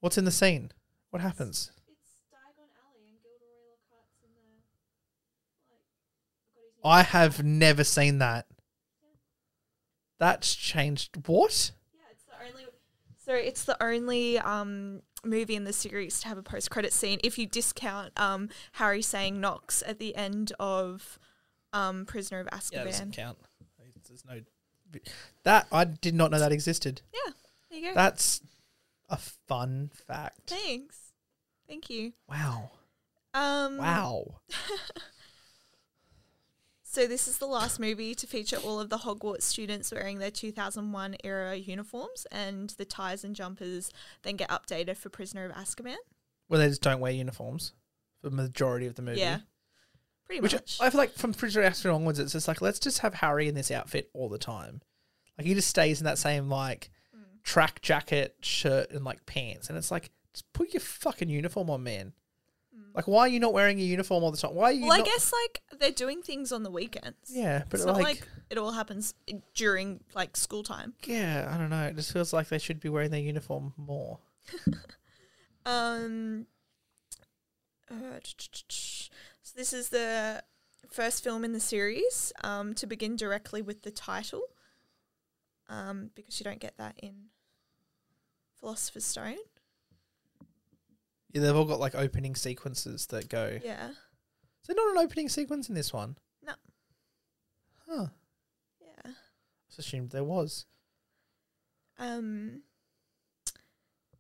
A: What's in the scene? What happens?
B: It's Diagon Alley and Gilderoy Lockhart's in the
A: I have never seen that. That's changed. What?
B: Yeah, it's the only. So it's the only um, movie in the series to have a post-credit scene. If you discount um, Harry saying Knox at the end of um, Prisoner of Azkaban.
A: count. There's no that I did not know that existed.
B: Yeah, there you go.
A: That's a fun fact.
B: Thanks. Thank you.
A: Wow!
B: Um,
A: Wow!
B: So this is the last movie to feature all of the Hogwarts students wearing their 2001 era uniforms, and the ties and jumpers then get updated for Prisoner of Azkaban.
A: Well, they just don't wear uniforms for the majority of the movie.
B: Yeah, pretty
A: Which
B: much.
A: I feel like from Prisoner of Azkaban onwards, it's just like let's just have Harry in this outfit all the time. Like he just stays in that same like
B: Mm.
A: track jacket, shirt, and like pants, and it's like just put your fucking uniform on, man. Like, why are you not wearing a uniform all the time? Why are you?
B: Mm. well, I
A: not-
B: guess like they're doing things on the weekends.
A: Yeah, but
B: it's not
A: like,
B: like it all happens during like school time.
A: yeah, I don't know. It just feels like they should be wearing their uniform more.
B: Um, uh, so this is the first film in the series um, to begin directly with the title, um, because you don't get that in Philosopher's Stone.
A: Yeah, they've all got like opening sequences that go. Is
B: Yeah,
A: there not an opening sequence in this one?
B: No.
A: Huh. I
B: yeah.
A: just assumed there was.
B: Um,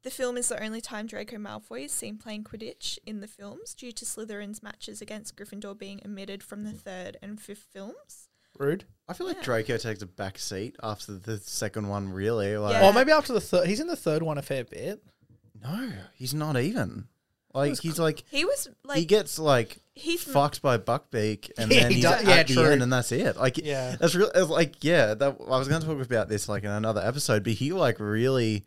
B: the film is the only time Draco Malfoy is seen playing Quidditch in the films due to Slytherin's matches against Gryffindor being omitted from the third and fifth films.
A: Rude.
C: I feel like
B: Yeah.
C: Draco takes a back seat after the second one. Really, like
B: Yeah.
A: Or maybe after the third. He's in the third one a fair bit. Oh.
C: no, he's not even. Like he's like
B: He was like
C: he gets like
B: he's
C: fucked by Buckbeak, and
A: Yeah,
C: then
A: he
C: he's
A: does-
C: at
A: yeah,
C: the
A: true.
C: end, and that's it. Like
A: Yeah.
C: that's real. It's like yeah, that, I was going to talk about this like in another episode, but he like really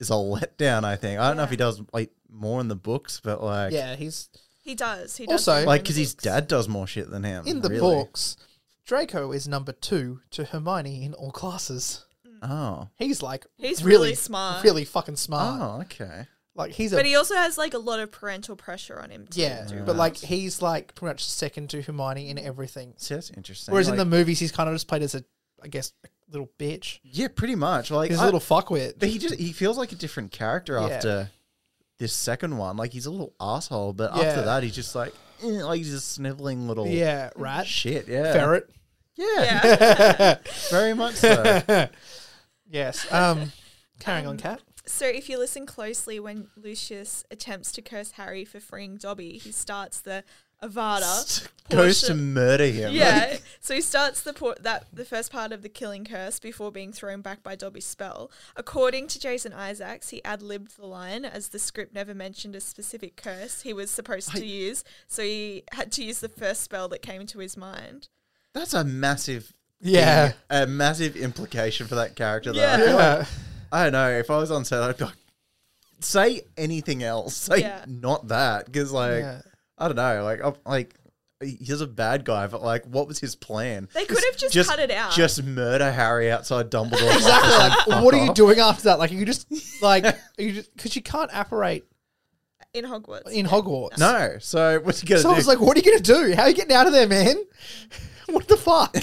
C: is a letdown. I think I don't know if he does like more in the books, but like
A: Yeah, he's
B: He does. He does.
A: Also-
B: live
C: like
B: in the
C: because his
B: books.
C: dad does more shit than him
A: in the
C: really.
A: books. Draco is number two to Hermione in all classes.
C: Oh,
A: He's like
B: He's
A: really,
B: really smart.
A: really fucking smart.
C: oh, okay.
A: Like he's a
B: But he also has like a lot of parental pressure on him. Too.
A: yeah, but like he's like pretty much second to Hermione in everything.
C: See, that's interesting.
A: Whereas in
C: Like,
A: the movies, he's kind of just played as a, I guess, little bitch.
C: Yeah, pretty much. Like
A: He's a
C: I-
A: little fuckwit.
C: But he just he feels like a different character
A: Yeah.
C: after this second one. Like he's a little asshole, but
A: Yeah.
C: after that he's just like eh, like he's a sniveling little
A: Yeah, rat,
C: shit. Yeah.
A: ferret.
C: Yeah,
B: Yeah.
C: very much so.
A: Yes. Um, carrying on, cat.
B: so if you listen closely when Lucius attempts to curse Harry for freeing Dobby, he starts the Avada.
C: Goes
B: portion-
C: to murder him.
B: Yeah. so he starts the por- that the first part of the killing curse before being thrown back by Dobby's spell. According to Jason Isaacs, he ad libbed the line as the script never mentioned a specific curse he was supposed to use, so he had to use the first spell that came to his mind.
C: That's a massive
A: Yeah.
C: thing, a massive implication for that character that I,
B: Yeah.
C: feel like-
A: Yeah.
C: I don't know, if I was on set I'd be like say anything else. Say
B: Yeah.
C: not that cuz like I don't know, like I'm, like he's a bad guy, but like what was his plan?
B: They could have just cut it out.
C: Just murder Harry outside Dumbledore.
A: Exactly. Like, what are you doing after that? Like, you just like you just because you can't apparate
B: in Hogwarts.
A: in Hogwarts.
C: No. So what's he gonna
A: So
C: do?
A: I was like, what are you gonna do? How are you getting out of there, man? What the fuck?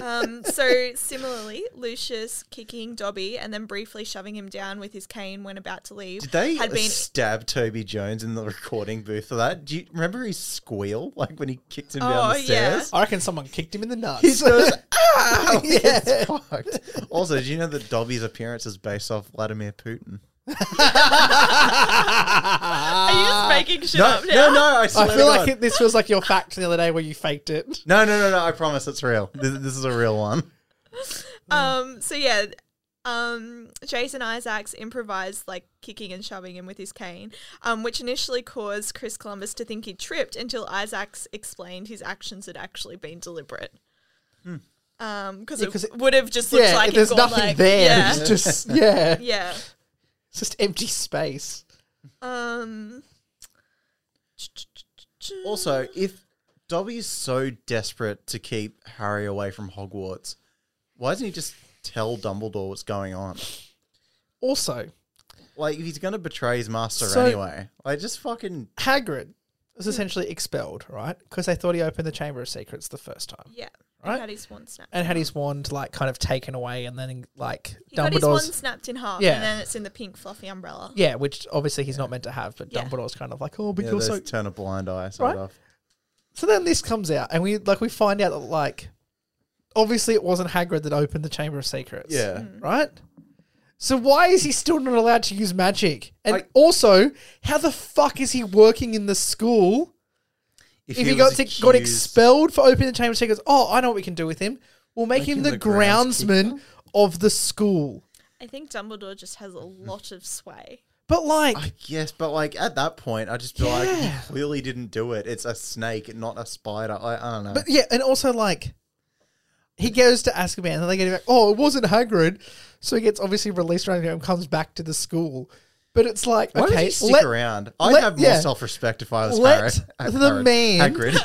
B: Um, so similarly, Lucius kicking Dobby and then briefly shoving him down with his cane when about to leave.
C: Did they
B: had been
C: stab Toby Jones in the recording booth for that? Do you remember his squeal like when he kicked him
B: Oh,
C: down the
B: yeah.
C: stairs?
A: I reckon someone kicked him in the nuts.
C: He goes, ah!
A: Yeah.
C: Fucked. Also, do you know that Dobby's appearance is based off Vladimir Putin?
B: Are you just making shit
C: Ah. No,
B: up now?
C: no, no, I swear
A: I feel
C: to God.
A: like it, this was like your fact the other day where you faked it.
C: No, no, no, no, I promise it's real. This, this is a real one.
B: Um, so yeah, um, Jason Isaacs improvised like kicking and shoving him with his cane, um, which initially caused Chris Columbus to think he tripped until Isaacs explained his actions had actually been deliberate. Um, because
A: Hmm. Yeah,
B: it,
A: 'cause it-
B: would have just looked like it
A: there's
B: gone,
A: nothing
B: like,
A: there.
B: Yeah,
A: It's just yeah,
B: yeah.
A: it's just empty space.
B: Um.
C: Also, if Dobby's so desperate to keep Harry away from Hogwarts, why doesn't he just tell Dumbledore what's going on?
A: Also,
C: Like, if he's going to betray his master
A: So-
C: anyway, like, just fucking.
A: Hagrid was essentially expelled, right? Because they thought he opened the Chamber of Secrets the first time.
B: Yeah.
A: Right?
B: He had his wand snapped.
A: and had his wand like kind of taken away, and then like
B: He got his wand
A: Dumbledore's
B: snapped in half,
A: Yeah.
B: and then it's in the pink fluffy umbrella.
A: yeah, which obviously he's not meant to have, but
B: Yeah.
A: Dumbledore's kind of like oh, but
C: Yeah,
A: you're
C: they
A: so.
C: turn a blind eye. Sort
A: Right?
C: of.
A: so then this comes out, and we like we find out that like obviously it wasn't Hagrid that opened the Chamber of Secrets,
C: Yeah.
B: Mm.
A: right. So why is he still not allowed to use magic? And
C: Like-
A: also, how the fuck is he working in the school? if he, got
C: was
A: to- got
C: accused-
A: expelled for opening the chamber of secrets, oh, I know what we can do with him. We'll make, him, the, groundsman
C: groundskeeper.
A: of the school.
B: I think Dumbledore just has a
A: Mm-hmm.
B: lot of sway.
A: But like,
C: I guess, but like at that point, I just feel like
A: Yeah.
C: he clearly didn't do it. It's a snake, not a spider. I, I don't know.
A: but yeah, and also like, he goes to Azkaban, and they get him back. Oh, it wasn't Hagrid, so he gets obviously released around here and comes back to the school. But it's like,
C: Why
A: okay,
C: did he stick
A: let,
C: around? I'd
A: let-
C: have more
A: yeah.
C: self-respect if I was
A: Let
C: Harry.
A: the man-
C: Hagrid.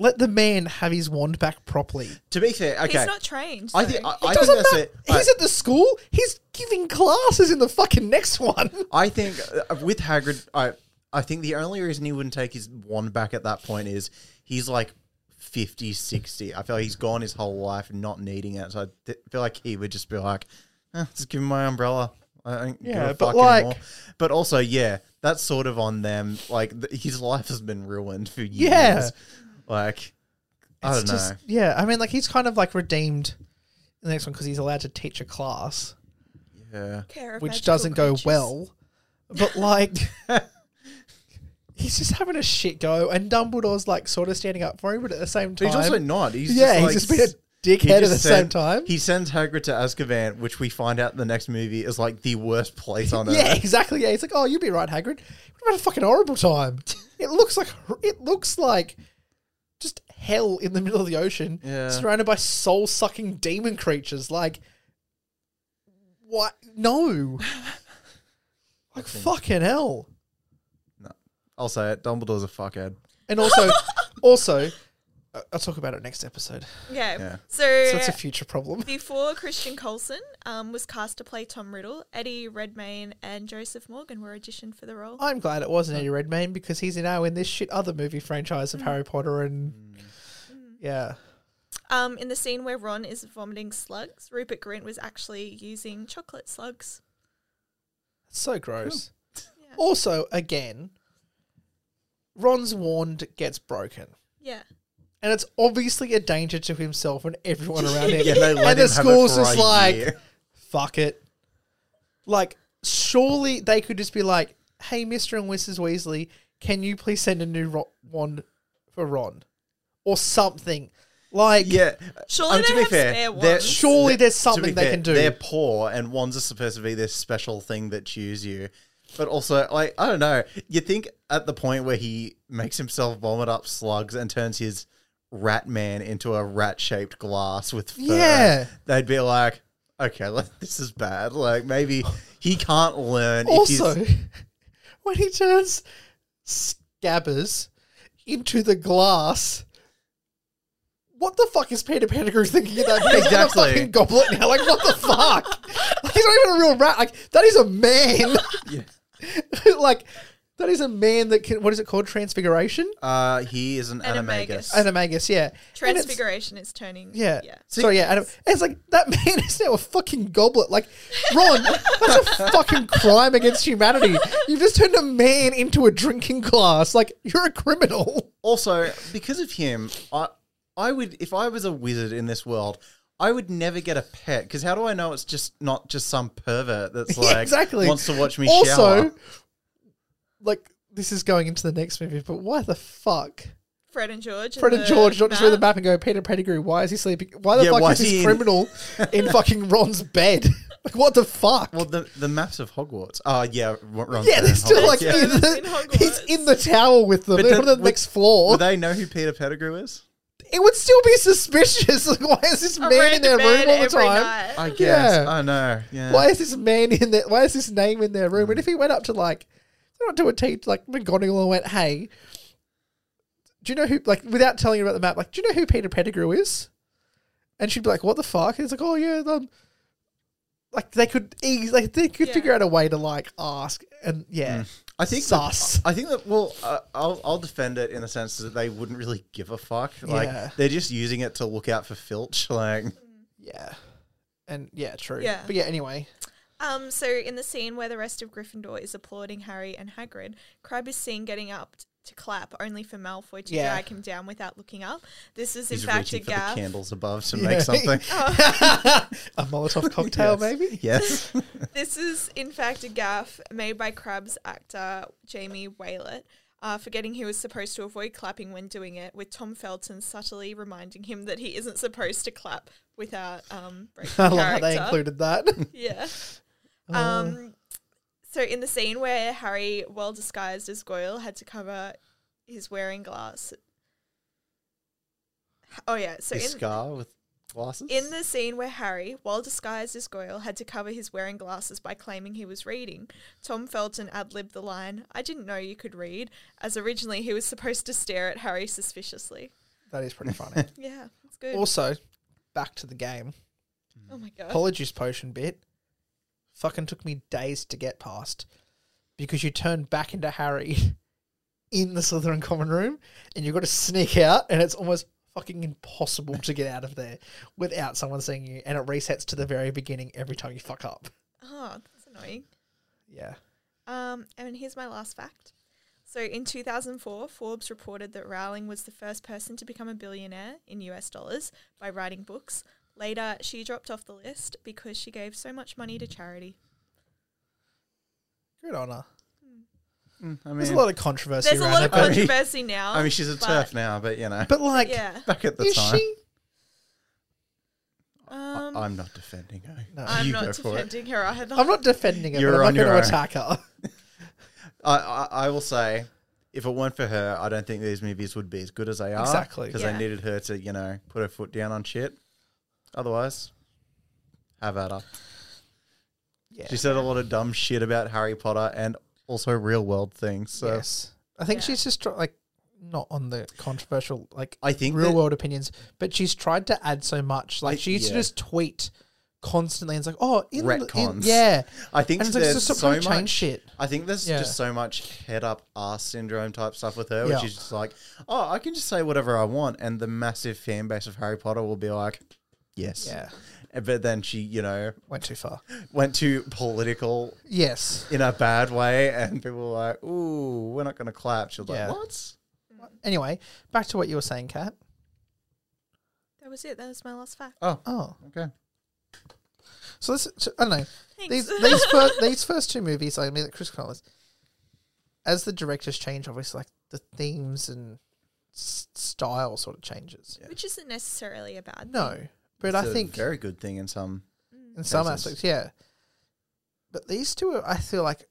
A: let the man have his wand back properly.
C: to be fair, okay.
B: He's not trained.
C: I
B: so-
C: think I,
A: It
C: I think
A: doesn't
C: that's
A: matter.
C: it. I-
A: He's at the school. He's giving classes in the fucking next one.
C: I think uh, with Hagrid, I I think the only reason he wouldn't take his wand back at that point is he's like 50, 60. I feel like he's gone his whole life not needing it. So I th- feel like he would just be like, eh, just give me my umbrella. I don't
A: Yeah,
C: give a
A: but
C: fuck
A: like-
C: anymore. But also, yeah, that's sort of on them. Like th- his life has been ruined for years.
A: Yeah.
C: Like, I don't
A: It's
C: know.
A: Yeah, I mean, like he's kind of like redeemed in the next one because he's allowed to teach a class,
C: Yeah.
B: Care of
A: which
B: magical
A: doesn't go
B: creatures.
A: well. But like, he's just having a shit go, and Dumbledore's like sort of standing up for him, but at the same time,
C: He's also not. He's
A: yeah,
C: just like,
A: he's just been a
C: He
A: dickhead at
C: just
A: the same
C: sent-
A: time.
C: He sends Hagrid to Azkaban, which we find out in the next movie is like the worst place on
A: yeah,
C: earth.
A: exactly. Yeah, he's like, oh, you'll be right, Hagrid. What about a fucking horrible time? It looks like it looks like just hell in the middle of the ocean,
C: Yeah.
A: surrounded by soul sucking demon creatures. Like, what? No. like fucking hell.
C: I'll say it. Dumbledore's a fuckhead.
A: And also, also, I- I'll talk about it next episode.
B: Yeah.
C: Yeah.
B: So,
A: So it's a future problem.
B: before Christian Coulson um, was cast to play Tom Riddle, Eddie Redmayne and Joseph Morgan were auditioned for the role.
A: I'm glad it wasn't Eddie Redmayne
C: Mm.
A: because he's now in this shit other movie franchise of Harry Potter and yeah.
B: Um, in the scene where Ron is vomiting slugs, Rupert Grint was actually using chocolate slugs.
A: It's so gross.
C: Oh.
B: Yeah.
A: Also, again, Ron's wand gets broken.
B: Yeah.
A: And it's obviously a danger to himself and everyone around him.
C: Yeah, they let
A: and the
C: him have it
A: school's
C: for
A: just
C: a
A: like,
C: year.
A: fuck it. Like, surely they could just be like, hey, Mr. and Mrs. Weasley, can you please send a new ro- wand for Ron? Or something. Like,
C: yeah.
B: Surely
C: And
B: they have spare
C: they're-
B: wands.
A: surely there's
C: to be
A: something they
C: fair,
A: can do.
C: They're poor, and wands are supposed to be this special thing that cheers you. But also, like I don't know, you think at the point where he makes himself vomit up slugs and turns his rat man into a rat-shaped glass with fur,
A: Yeah.
C: they'd be like, okay, like, this is bad. Like maybe he can't learn.
A: Also,
C: if he's,
A: when he turns Scabbers into the glass, what the fuck is Peter Pettigrew thinking of that? He's got a
C: Exactly.
A: fucking goblet now. Like, what the fuck? Like, he's not even a real rat. Like, that is a man. like, that is a man that can. What is it called? Transfiguration?
C: uh, he is an
B: Animagus.
C: animagus.
A: Animagus, yeah. And it's-
B: Transfiguration is turning.
A: Yeah.
B: Yeah.
A: So yeah, Adam, and it's like that man is now a fucking goblet. Like, Ron, that's a fucking crime against humanity. You've just turned a man into a drinking glass. Like, you're a criminal.
C: also because of him i i would if i was a wizard in this world i would never get a pet because how do i know it's just not just some pervert that's
A: Yeah,
C: like
A: exactly.
C: wants to watch me
A: also,
C: shower
A: like, this is going into the next movie, but why the fuck?
B: Fred and George.
A: Fred and George don't just read the
B: map.
A: map and go, Peter Pettigrew, why is he sleeping? Why the
C: Yeah,
A: fuck
C: why
A: is
C: is he
A: this
C: in-
A: criminal in fucking Ron's bed? Like, what the fuck?
C: well the the maps of hogwarts oh yeah wrong
A: yeah, they're still like
B: Yeah.
A: in the,
B: In Hogwarts.
A: he's in the tower with them.
C: But
A: They're
C: then
A: on the
C: would-
A: next floor.
C: do they know who peter pettigrew is
A: it would still be suspicious. Like, why is this man in their room all the time?
C: i guess
A: Yeah.
C: i know yeah
A: Why is this man in there? Why is this name in their room? And if he went up to like, not to a teacher like McGonagall and went, "Hey, do you know who?" Like, without telling her about the map, like, "Do you know who Peter Pettigrew is?" And she'd be like, "What the fuck?" And it's like, "Oh yeah, um, like they could eas like they could
B: Yeah.
A: figure out a way to like ask and yeah,
C: I Hmm. think
A: Sus.
C: That, I think that well, uh, I'll, I'll defend it in the sense that they wouldn't really give a fuck. Like
A: Yeah.
C: they're just using it to look out for Filch. Like
A: yeah, and yeah, true.
B: Yeah.
A: but yeah, anyway,
B: Um, so in the scene where the rest of Gryffindor is applauding Harry and Hagrid, Crabbe is seen getting up t- to clap, only for Malfoy to
A: Yeah.
B: drag him down without looking up. This is in
C: he's
B: fact a
C: reaching for the
B: gaff.
C: candles above to
A: Yeah.
C: make something.
A: a Molotov cocktail
C: Yes.
A: maybe.
C: Yes.
B: This is in fact a gaff made by Crabbe's actor Jamie Waylett. Uh, forgetting he was supposed to avoid clapping when doing it, with Tom Felton subtly reminding him that he isn't supposed to clap without um, breaking
A: I
B: character.
A: love how they included that.
B: yeah.
A: Uh-huh.
B: Um, so in the scene where Harry, well disguised as Goyle, had to cover his wearing glass. Oh yeah, so
C: His
B: in,
C: scar with glasses.
B: in the scene where Harry, well disguised as Goyle, had to cover his wearing glasses by claiming he was reading, Tom Felton ad libbed the line, "I didn't know you could read," as originally he was supposed to stare at Harry suspiciously.
A: Oh, that is pretty funny.
B: Yeah, it's good.
A: also, back to the game.
B: oh my god.
A: Polyjuice potion bit fucking took me days to get past because you turn back into Harry in the Slytherin common room and you've got to sneak out and it's almost fucking impossible to get out of there without someone seeing you and it resets to the very beginning every time you fuck up.
B: oh, that's annoying.
A: Yeah.
B: Um, and here's my last fact. So in 2004, Forbes reported that Rowling was the first person to become a billionaire in US dollars by writing books. Later, she dropped off the list because she gave so much money to charity.
A: Good on her.
C: Mm, I
A: There's
C: mean,
A: a lot of controversy
B: There's a
A: around
B: lot
A: it,
B: of
A: but,
C: con-
B: controversy now.
C: I mean, she's a turf now, but you know,
A: but like,
B: Yeah.
C: back at the
A: is
C: time,
A: she?
B: Um,
C: I'm not defending her.
A: No.
B: I'm
C: Uh, you
B: not
C: go for it.
B: defending her either.
A: I'm not defending her,
C: You're
A: but I'm
C: on
A: not
C: your
A: going
C: own.
A: to attack her.
C: I, I, I will say, if it weren't for her, I don't think these movies would be as good as they are.
A: Exactly.
C: because
B: Yeah.
C: they needed her to, you know, put her foot down on shit. Otherwise, have at her.
A: Yeah.
C: She said a lot of dumb shit about Harry Potter and also real world things. So
A: yes. I think
B: Yeah.
A: she's just tr- like not on the controversial like
C: I think
A: real
C: that-
A: world opinions, but she's tried to add so much. Like
C: I-
A: she used to
C: yeah.
A: just tweet constantly and it's like, oh, in the- in-
C: Retcons.
A: yeah.
C: I think
A: And it's like,
C: there's
A: stop
C: so
A: trying to
C: much.
A: change shit.
C: I think there's
A: Yeah.
C: just so much head up ass syndrome type stuff with her,
A: Yeah.
C: which is just like, oh, I can just say whatever I want, and the massive fan base of Harry Potter will be like, yes,
A: Yeah.
C: But then she, you know,
A: Went too far.
C: went too political
A: Yes.
C: in a bad way, and people were like, ooh, we're not going to clap. She was
A: Yeah.
C: like, what?
A: Anyway, back to what you were saying, Kat.
B: That was it. That was my last fact.
A: Oh,
C: Okay.
A: so this so, I don't know.
B: Thanks.
A: These these first, these first two movies, like, I mean, like Chris Columbus, as the directors change, obviously, like the themes and s- style sort of changes.
B: Which isn't necessarily a bad thing.
A: No, but
C: It's
A: I
C: a
A: think
C: very good thing in some.
A: in some
C: Cases.
A: aspects, yeah. But these two are, I feel like,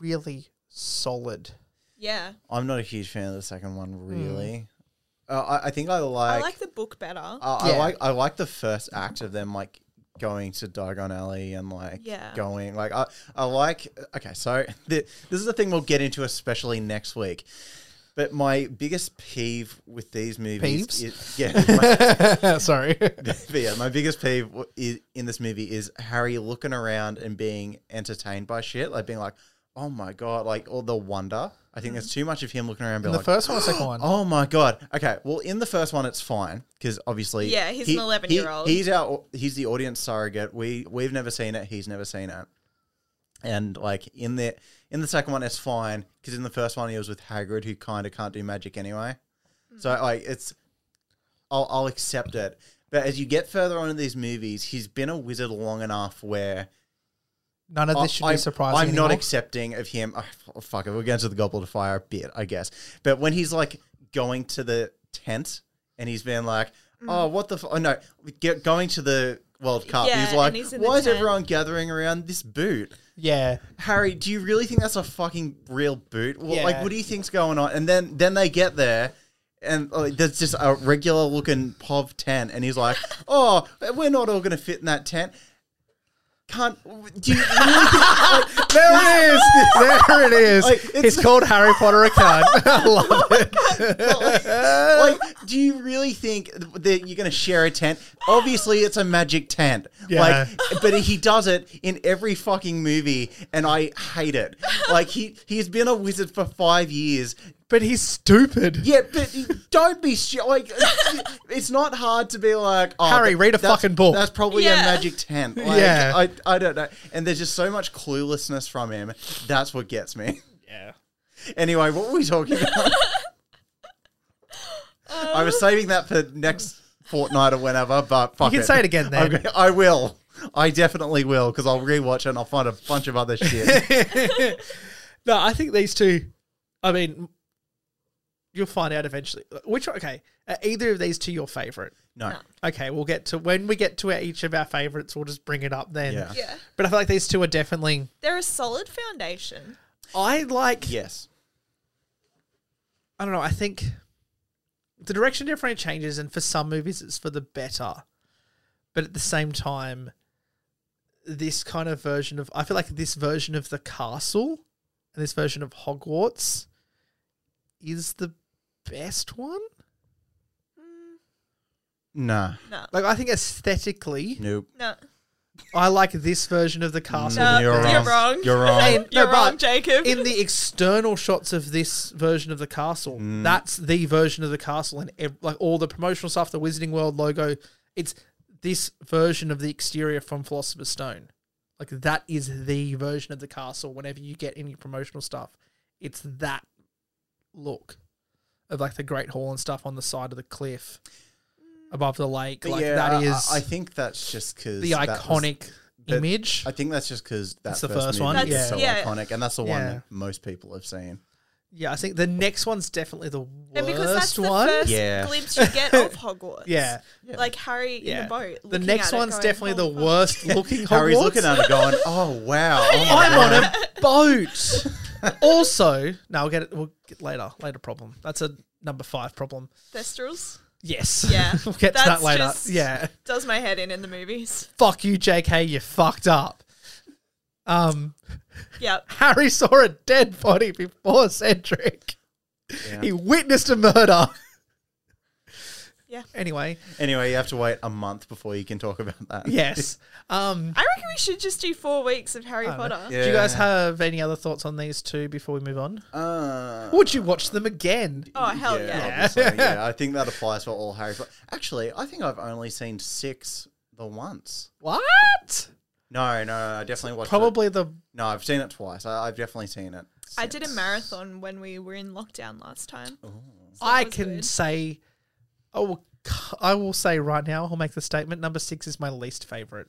A: really solid.
B: Yeah.
C: I'm not a huge fan of the second
A: Hmm.
C: one, really. Uh, I, I think I like. uh,
B: I like the book better.
C: I,
A: Yeah.
C: I like I like the first act of them like going to Diagon Alley and like
B: Yeah.
C: going like I I like okay so the, this is the thing we'll get into especially next week. But my biggest peeve with these movies
A: Peeves?
C: is yeah my,
A: Sorry.
C: but yeah my biggest peeve w- i in this movie is Harry looking around and being entertained by shit like being like oh my god like all the wonder I think there's too much of him looking around being
A: Mm-hmm. the
C: like
A: first one or second one?
C: Oh my god. Okay. Well, in the first one, it's fine because obviously,
B: Yeah, he's
C: he-
B: an 11
C: he-
B: year old.
C: He's our he's the audience surrogate. We we've never seen it. He's never seen it. And like in the in the second one, it's fine because in the first one, he was with Hagrid, who kind of can't do magic anyway. So
B: Hmm.
C: like it's, I'll I'll accept it. But as you get further on in these movies, he's been a wizard long enough where
A: None of this should
C: I'm-
A: be surprising.
C: I'm not
A: anymore.
C: accepting of him. Oh, f- fuck it. We'll get into the goblet of fire a bit, I guess. But when he's like going to the tent and he's been like,
B: Mm.
C: oh, what the? F-? Oh, no. Get, going to the World Cup.
B: Yeah,
C: he's like,
B: and he's in the
C: why is
B: tent."
C: everyone gathering around this boot?
A: yeah.
C: Harry, do you really think that's a fucking real boot? Well,
A: Yeah.
C: Like, what do you think's going on? And then then they get there. And like, there's just a regular looking POV tent, and he's like, "Oh, we're not all going to fit in that tent." Can't do you really
A: There it is. There it is.
C: Like, it's-
A: it's called Harry Potter a cunt. I love it.
C: like, do you really think that you're going to share a tent? Obviously, it's a magic tent.
A: Yeah.
C: Like, but he does it in every fucking movie, and I hate it. Like, he he's been a wizard for five years.
A: But he's stupid.
C: Yeah, but don't be sh- like. It's not hard to be like, oh,
A: Harry, read a
C: that's-
A: fucking book.
C: That's probably a
B: Yeah.
C: magic tent. Like,
A: Yeah.
C: I, I don't know. And there's just so much cluelessness from him. That's what gets me.
A: Yeah.
C: Anyway, what were we talking about? I was saving that for next fortnight or whenever, but fuck
A: You can
C: it.
A: say it again
C: I'm
A: then.
C: go- I will. I definitely will because I'll rewatch it and I'll find a bunch of other shit.
A: No, I think these two. I mean, you'll find out eventually. Which one- okay? Are either of these two your favorite?
C: No.
A: Okay, we'll get to when we get to each of our favorites. We'll just bring it up then.
C: Yeah.
B: Yeah.
A: But I feel like these two are definitely.
B: They're a solid foundation.
A: I like.
C: Yes.
A: I don't know. I think the direction definitely changes, and for some movies, it's for the better. But at the same time, this kind of version of I feel like this version of the castle and this version of Hogwarts is the best one.
C: Nah.
B: No.
A: Like I think aesthetically,
C: Nope.
B: No.
A: I like this version of the castle.
B: No,
C: you're,
B: you're
C: wrong.
B: wrong.
C: You're wrong.
A: And-
B: You're
A: no,
B: wrong,
A: but
B: Jacob.
A: in the external shots of this version of the castle,
C: Mm.
A: that's the version of the castle, and ev- like all the promotional stuff, the Wizarding World logo, it's this version of the exterior from Philosopher's Stone. Like that is the version of the castle. Whenever you get any promotional stuff, it's that look of like the Great Hall and stuff on the side of the cliff, above the lake.
C: But
A: Like
C: yeah,
A: that
C: I-
A: is
C: I, I think that's just because
A: the iconic
C: that-
A: image.
C: I think that's just because that's
A: the first one.
C: one.
A: That's-
C: is so
B: yeah.
C: iconic, and that's the one
A: Yeah.
C: that most people have seen.
A: yeah, I think the next one's definitely the worst
B: and because that's the
A: one.
B: first
C: Yeah.
B: glimpse you get of Hogwarts.
A: Yeah.
B: Like Harry in the boat.
A: The
B: looking
A: next
B: at it
A: one's
B: going,
A: definitely the
B: "Holy fuck."
A: worst looking Hogwarts.
C: Harry's looking at it going, "Oh wow, oh my
A: I'm on
C: God."
A: a boat. also, no, we'll get it. We'll get later. Later problem. That's a number five problem.
B: Thestrals
A: Yes.
B: Yeah,
A: we'll get to that
B: that's
A: later.
B: just-
A: Yeah.
B: does my head in in the movies.
A: Fuck you, JK. You fucked up. Um,
B: Yep.
A: Harry saw a dead body before Cedric.
C: Yeah.
A: He witnessed a murder.
B: Yeah.
A: Anyway,
C: Anyway, you have to wait a month before you can talk about that.
A: yes. Um,
B: I reckon we should just do four weeks of Harry
A: I don't know.
B: Potter.
A: Do you guys
C: Yeah.
A: have any other thoughts on these two before we move on?
C: Uh,
A: Would you watch them again?
B: Oh hell yeah!
C: obviously, yeah, I think that applies for all Harry Potter. Actually, I think I've only seen six the once.
A: What?
C: No, no, no I definitely watched. it-
A: Probably the
C: No, I've seen it twice. I, I've definitely seen it.
B: I did a
C: since.
B: marathon when we were in lockdown last time. So that
A: Oh. I
B: was
A: can
B: good.
A: say, I will, I will say right now, I'll make the statement number six is my least favorite.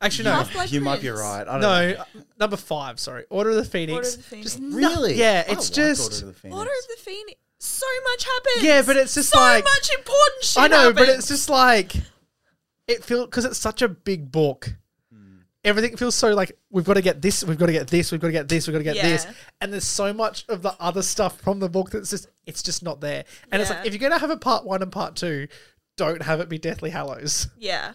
A: Actually, no,
B: Half-Blood
C: you might be
B: Prince.
C: right. I don't
A: no,
C: know.
A: uh, number five. Sorry, Order of the Phoenix.
B: Order of the Phoenix.
A: Just no-
C: Really?
A: yeah,
C: I
A: it's
C: like
A: just.
C: Order of the Phoenix.
B: Order of the Phoenix. So much happens.
A: Yeah, but it's just
B: so
A: like-
B: much important shit.
A: I know, but
B: happens.
A: it's just like it feels because it's such a big book.
C: Hmm.
A: Everything feels so like we've got to get this, we've got to get this, we've got to get this, we've got to get this,
B: Yeah.
A: and there's so much of the other stuff from the book that's just it's just not there. And it's
B: Yeah.
A: like if you're gonna have a part one and part two, don't have it be Deathly Hallows.
B: yeah,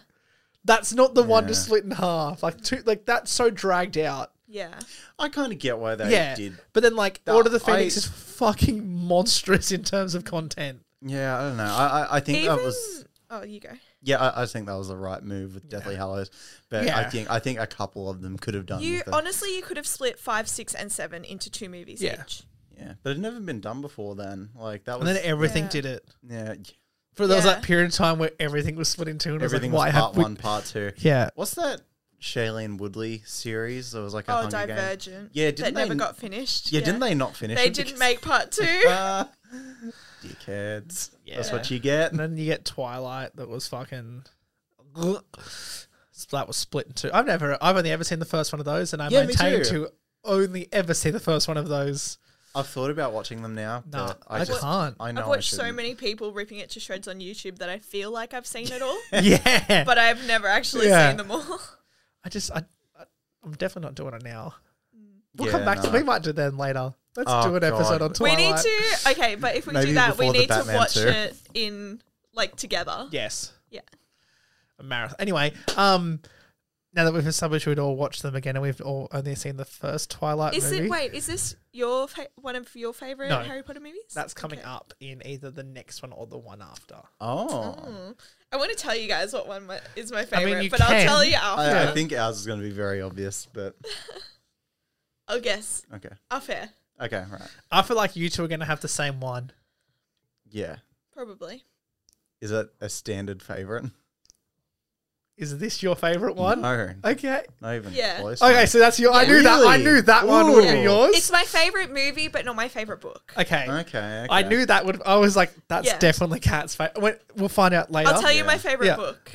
A: That's not the one to
C: Yeah.
A: split in half. Like two, like that's so dragged out.
B: yeah.
C: I kind of get why they
A: yeah,
C: did.
A: but then like
C: That-
A: Order of the Phoenix
C: I-
A: is fucking monstrous in terms of content.
C: Yeah, I don't know. I, I, I think
B: Even
C: that was.
B: oh, you go.
C: Yeah, I, I think that was the right move with Deathly Hallows, but I
A: Yeah.
C: think I think a couple of them could have done.
B: You
C: with it.
B: honestly, you could have split five, six, and seven into two movies
A: Yeah.
B: each.
C: yeah, but it had never been done before. Then, like that
A: And
C: was.
A: then everything
B: Yeah.
A: did it.
C: yeah,
A: For there was
B: Yeah.
A: that period of time where everything was split in two, and
C: everything
A: everything was like,
C: was
A: why
C: part
A: have we-
C: one, part two.
A: Yeah,
C: What's that Shailene Woodley series? There was like a
B: Oh,
C: Hunger Games-
B: Divergent.
C: Yeah,
B: that
C: didn't
B: never
C: they-
B: got finished.
C: Yeah, didn't they not finish?
B: They
C: it
B: didn't
C: because-
B: make part two.
C: Ah, dickheads. That's what
A: Yeah.
C: you get.
A: and then you get Twilight that was fucking. That was split in two. I've never, I've only ever seen the first one of those, and I
C: Yeah, me
A: maintain
C: too.
A: to only ever see the first one of those.
C: I've thought about watching them now.
A: Nah,
C: but
A: I
C: just,
A: can't.
C: I know
B: I've
C: I
B: watched so
C: shouldn't.
B: many people ripping it to shreds on YouTube that I feel like I've seen it all,
A: yeah,
B: but I've never actually
A: Yeah.
B: seen them all.
A: I just, I, I, I'm definitely not doing it now.
B: Mm.
A: We'll
C: Yeah,
A: come back to.
C: nah.
A: We might do then later. Let's
C: Oh,
A: do an episode
C: God.
A: on
B: we
A: Twilight.
B: need to. Okay, but if we
C: Maybe
B: do that, we
C: before the
B: need to
C: Batman
B: watch
C: too.
B: it in like together.
A: Yes.
B: Yeah.
A: A marathon. Anyway, um, now that we've established we'd all watch them again, and we've all only seen the first Twilight
B: Is
A: movie.
B: it? Wait, is this your fa- one of your favorite
A: No.
B: Harry Potter movies?
A: That's coming
B: Okay.
A: up in either the next one or the one after.
C: Oh.
B: Mm. I want to tell you guys what one my, is my favorite,
A: you
B: but I'll
A: can.
B: tell you
C: I,
B: after.
C: I think ours is going to be very obvious, but
B: I'll Oh, guess.
C: okay.
B: Off air,
C: Okay, right.
A: I feel like you two are going to have the same one.
C: Yeah.
B: probably.
C: Is it a standard favorite?
A: Is this your favorite one?
C: No.
A: Okay.
C: Not even
B: Yeah.
C: close.
A: Okay, so that's your. I
B: Yeah.
A: knew that. I
C: Really?
A: knew that one would be
C: Ooh.
A: yours.
B: It's my favorite movie, but not my favorite book.
A: okay.
C: Okay, okay.
A: I knew that would. I was like, that's
B: Yeah.
A: definitely Cat's favorite. We'll find out later.
B: I'll tell you
C: Yeah.
B: my favorite
A: Yeah.
B: book.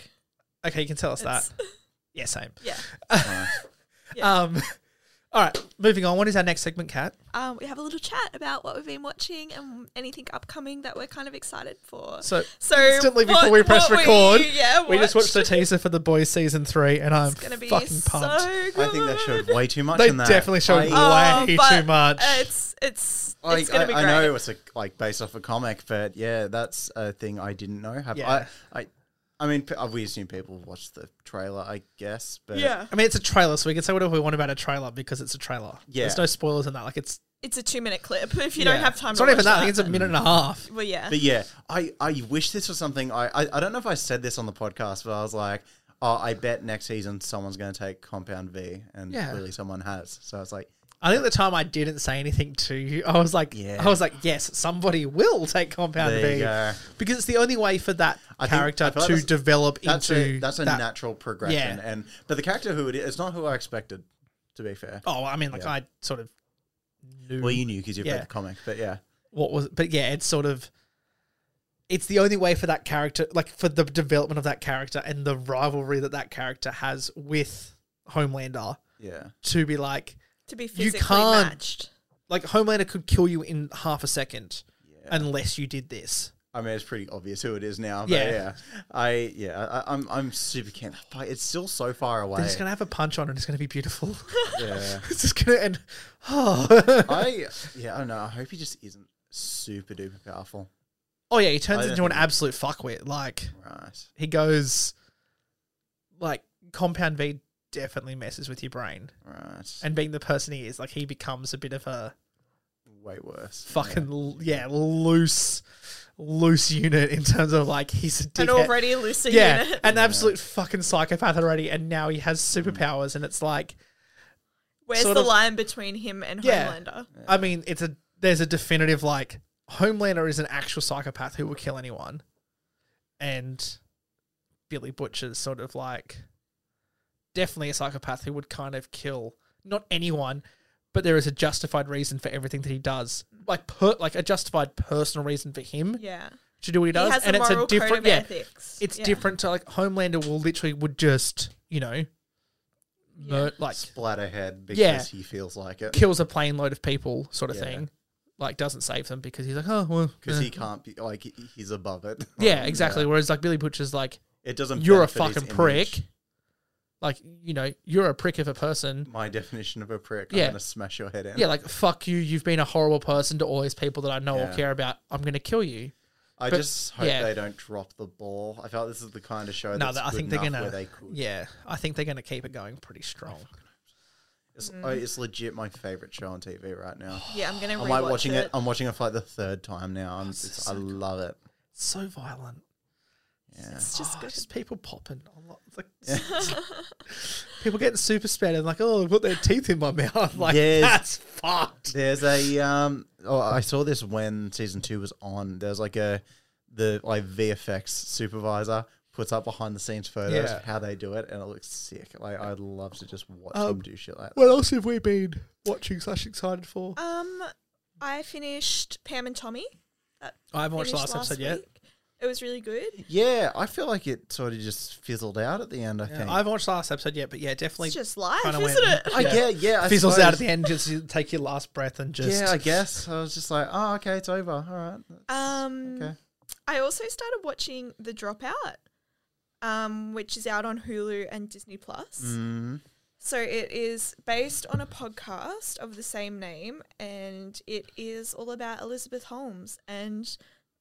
A: okay, you can tell us
B: It's-
A: that. Yeah, same.
B: yeah. Yeah.
A: Um, all right, moving on. What is our next segment, Cat?
B: Um, we have a little chat about what we've been watching and anything upcoming that we're kind of excited for.
A: So
B: So
A: instantly
B: what-
A: before we press
B: what
A: record,
B: yeah,
A: we just watched the
B: watched.
A: teaser for the boys season three, and I'm
B: It's gonna be
A: fucking pumped.
B: so good.
C: I think they showed way too much
A: they
C: in that.
A: definitely showed
C: I,
B: Oh,
A: way
B: but
A: too much.
B: It's it's
C: like,
B: it's gonna
C: I,
B: be
C: I
B: great.
C: know it's a, like based off a comic, but yeah, that's a thing I didn't know. Have
A: Yeah.
C: I, I, I mean, p- uh, we assume people watch the trailer, I guess. But
B: Yeah,
A: I mean, it's a trailer, so we can say whatever we want about a trailer because it's a trailer.
C: Yeah.
A: There's no spoilers in that. Like it's
B: it's a two-minute clip. If you
A: yeah.
B: don't have time,
A: It's
B: to
A: not even
B: watch
A: that. I think it's a minute and a half.
B: well, yeah,
C: But yeah, I, I wish this was something I, I I don't know if I said this on the podcast, but I was like, oh, I bet next season someone's going to take Compound V, and
A: Yeah.
C: clearly someone has. So it's like,
A: I think at the time I didn't say anything to you. I was like,
C: Yeah.
A: I was like, yes, somebody will take Compound
C: There you
A: B
C: go.
A: because it's the only way for that
C: I think- I
A: character
C: feel like
A: to
C: that's-
A: develop
C: that's
A: into
C: a that's a
A: that-
C: natural progression,
A: Yeah.
C: and but the character who it is, it's not who I expected. To be fair,
A: Oh, I mean, like
C: Yeah.
A: I sort of knew
C: well, you knew because you've
A: Yeah.
C: read the comic, but yeah,
A: what was, but yeah, it's sort of. It's the only way for that character, like for the development of that character and the rivalry that that character has with Homelander,
C: yeah,
A: to be like,
B: to be physically
A: can't-
B: matched.
A: like Homelander could kill you in half a second
C: yeah.
A: unless you did this.
C: I mean, it's pretty obvious who it is now. But
A: Yeah.
C: yeah, I yeah, I, I'm I'm super keen. But it's still so far away.
A: They're just gonna have a punch on and it's gonna be beautiful.
C: yeah,
A: it's just gonna end. Oh,
C: I yeah, I don't know. I hope he just isn't super duper powerful.
A: oh yeah, he turns
C: I don't
A: into an
C: think-
A: absolute fuckwit. Like
C: Right.
A: he goes, like Compound V definitely messes with your brain.
C: Right.
A: And being the person he is, like he becomes a bit of a
C: way worse.
A: fucking l- yeah, loose, loose unit in terms of like he's a dickhead.
B: and already a lucid
A: yeah,
B: unit.
A: an absolute fucking psychopath already, and now he has superpowers, and it's like,
B: Where's
A: sort
B: the
A: of-
B: line between him and
A: Yeah.
B: Homelander?
A: I mean, it's a there's a definitive like Homelander is an actual psychopath who will kill anyone, and Billy Butcher's sort of like definitely a psychopath who would kind of kill not anyone, but there is a justified reason for everything that he does, like per like a justified personal reason for him
B: Yeah.
A: to do what he does,
B: he has
A: and
B: a
A: it's
B: moral
A: a different
B: code of
A: yeah,
B: ethics.
A: it's
B: Yeah.
A: different to like Homelander will literally would just you know, mur- like
C: Splatterhead because
A: Yeah.
C: he feels like it.
A: kills a plane load of people sort of
C: Yeah.
A: thing, like doesn't save them because he's like oh well
C: Because
A: eh.
C: he can't be like he- he's above it.
A: yeah exactly. Whereas like Billy Butcher's like
C: It doesn't.
A: you're a
C: benefit his
A: fucking prick,
C: image.
A: like you know you're a prick of a person.
C: My definition of a prick.
A: Yeah.
C: I'm gonna smash your head in.
A: Yeah, like fuck you. You've been a horrible person to all these people that I know or
C: Yeah.
A: care about. I'm gonna kill you.
C: I
A: but-
C: just hope
A: yeah.
C: they don't drop the ball. I felt this is the kind of show
A: No,
C: that's
A: that- I
C: good
A: think they're
C: enough
A: gonna-
C: where they could.
A: Yeah, I think they're gonna keep it going pretty strong.
C: It's, oh, it's legit my favorite show on TV right now.
B: Yeah, I'm gonna.
C: I'm
B: Rewatch
C: like watching it.
B: it.
C: I'm watching it for like the third time now. I'm,
A: so
C: it's, I love it.
A: So violent.
C: Yeah.
B: It's just
A: Oh,
B: good.
A: just people popping. a lot. It's like- people getting super sped and like, oh, I've got their teeth in my mouth. Like
C: Yes.
A: that's fucked.
C: There's a um. Oh, I saw this when season two was on. There's like a the like VFX supervisor puts up behind the scenes photos
A: Yeah.
C: of how they do it, and it looks sick. Like I'd love to just watch
A: Um,
C: them do shit like that.
A: What else have we been watching slash excited for?
B: Um, I finished Pam and Tommy.
A: I haven't watched the
B: Finished
A: last, episode yet.
B: week. It was really good.
C: Yeah, I feel like it sort of just fizzled out at the end. I
A: Yeah,
C: think
A: I haven't watched the last episode yet, but yeah, definitely
B: It's just life,
A: kinda
B: isn't
A: went-
B: it?
C: I
A: Yeah.
C: get yeah, I
A: fizzles out at
C: suppose.
A: the end. Just you take your last breath and just
C: Yeah, I guess I was just like, oh, okay, it's over. All right.
B: Um,
C: Okay.
B: I also started watching The Dropout, um, which is out on Hulu and Disney Plus.
C: Mm.
B: So it is based on a podcast of the same name, and it is all about Elizabeth Holmes and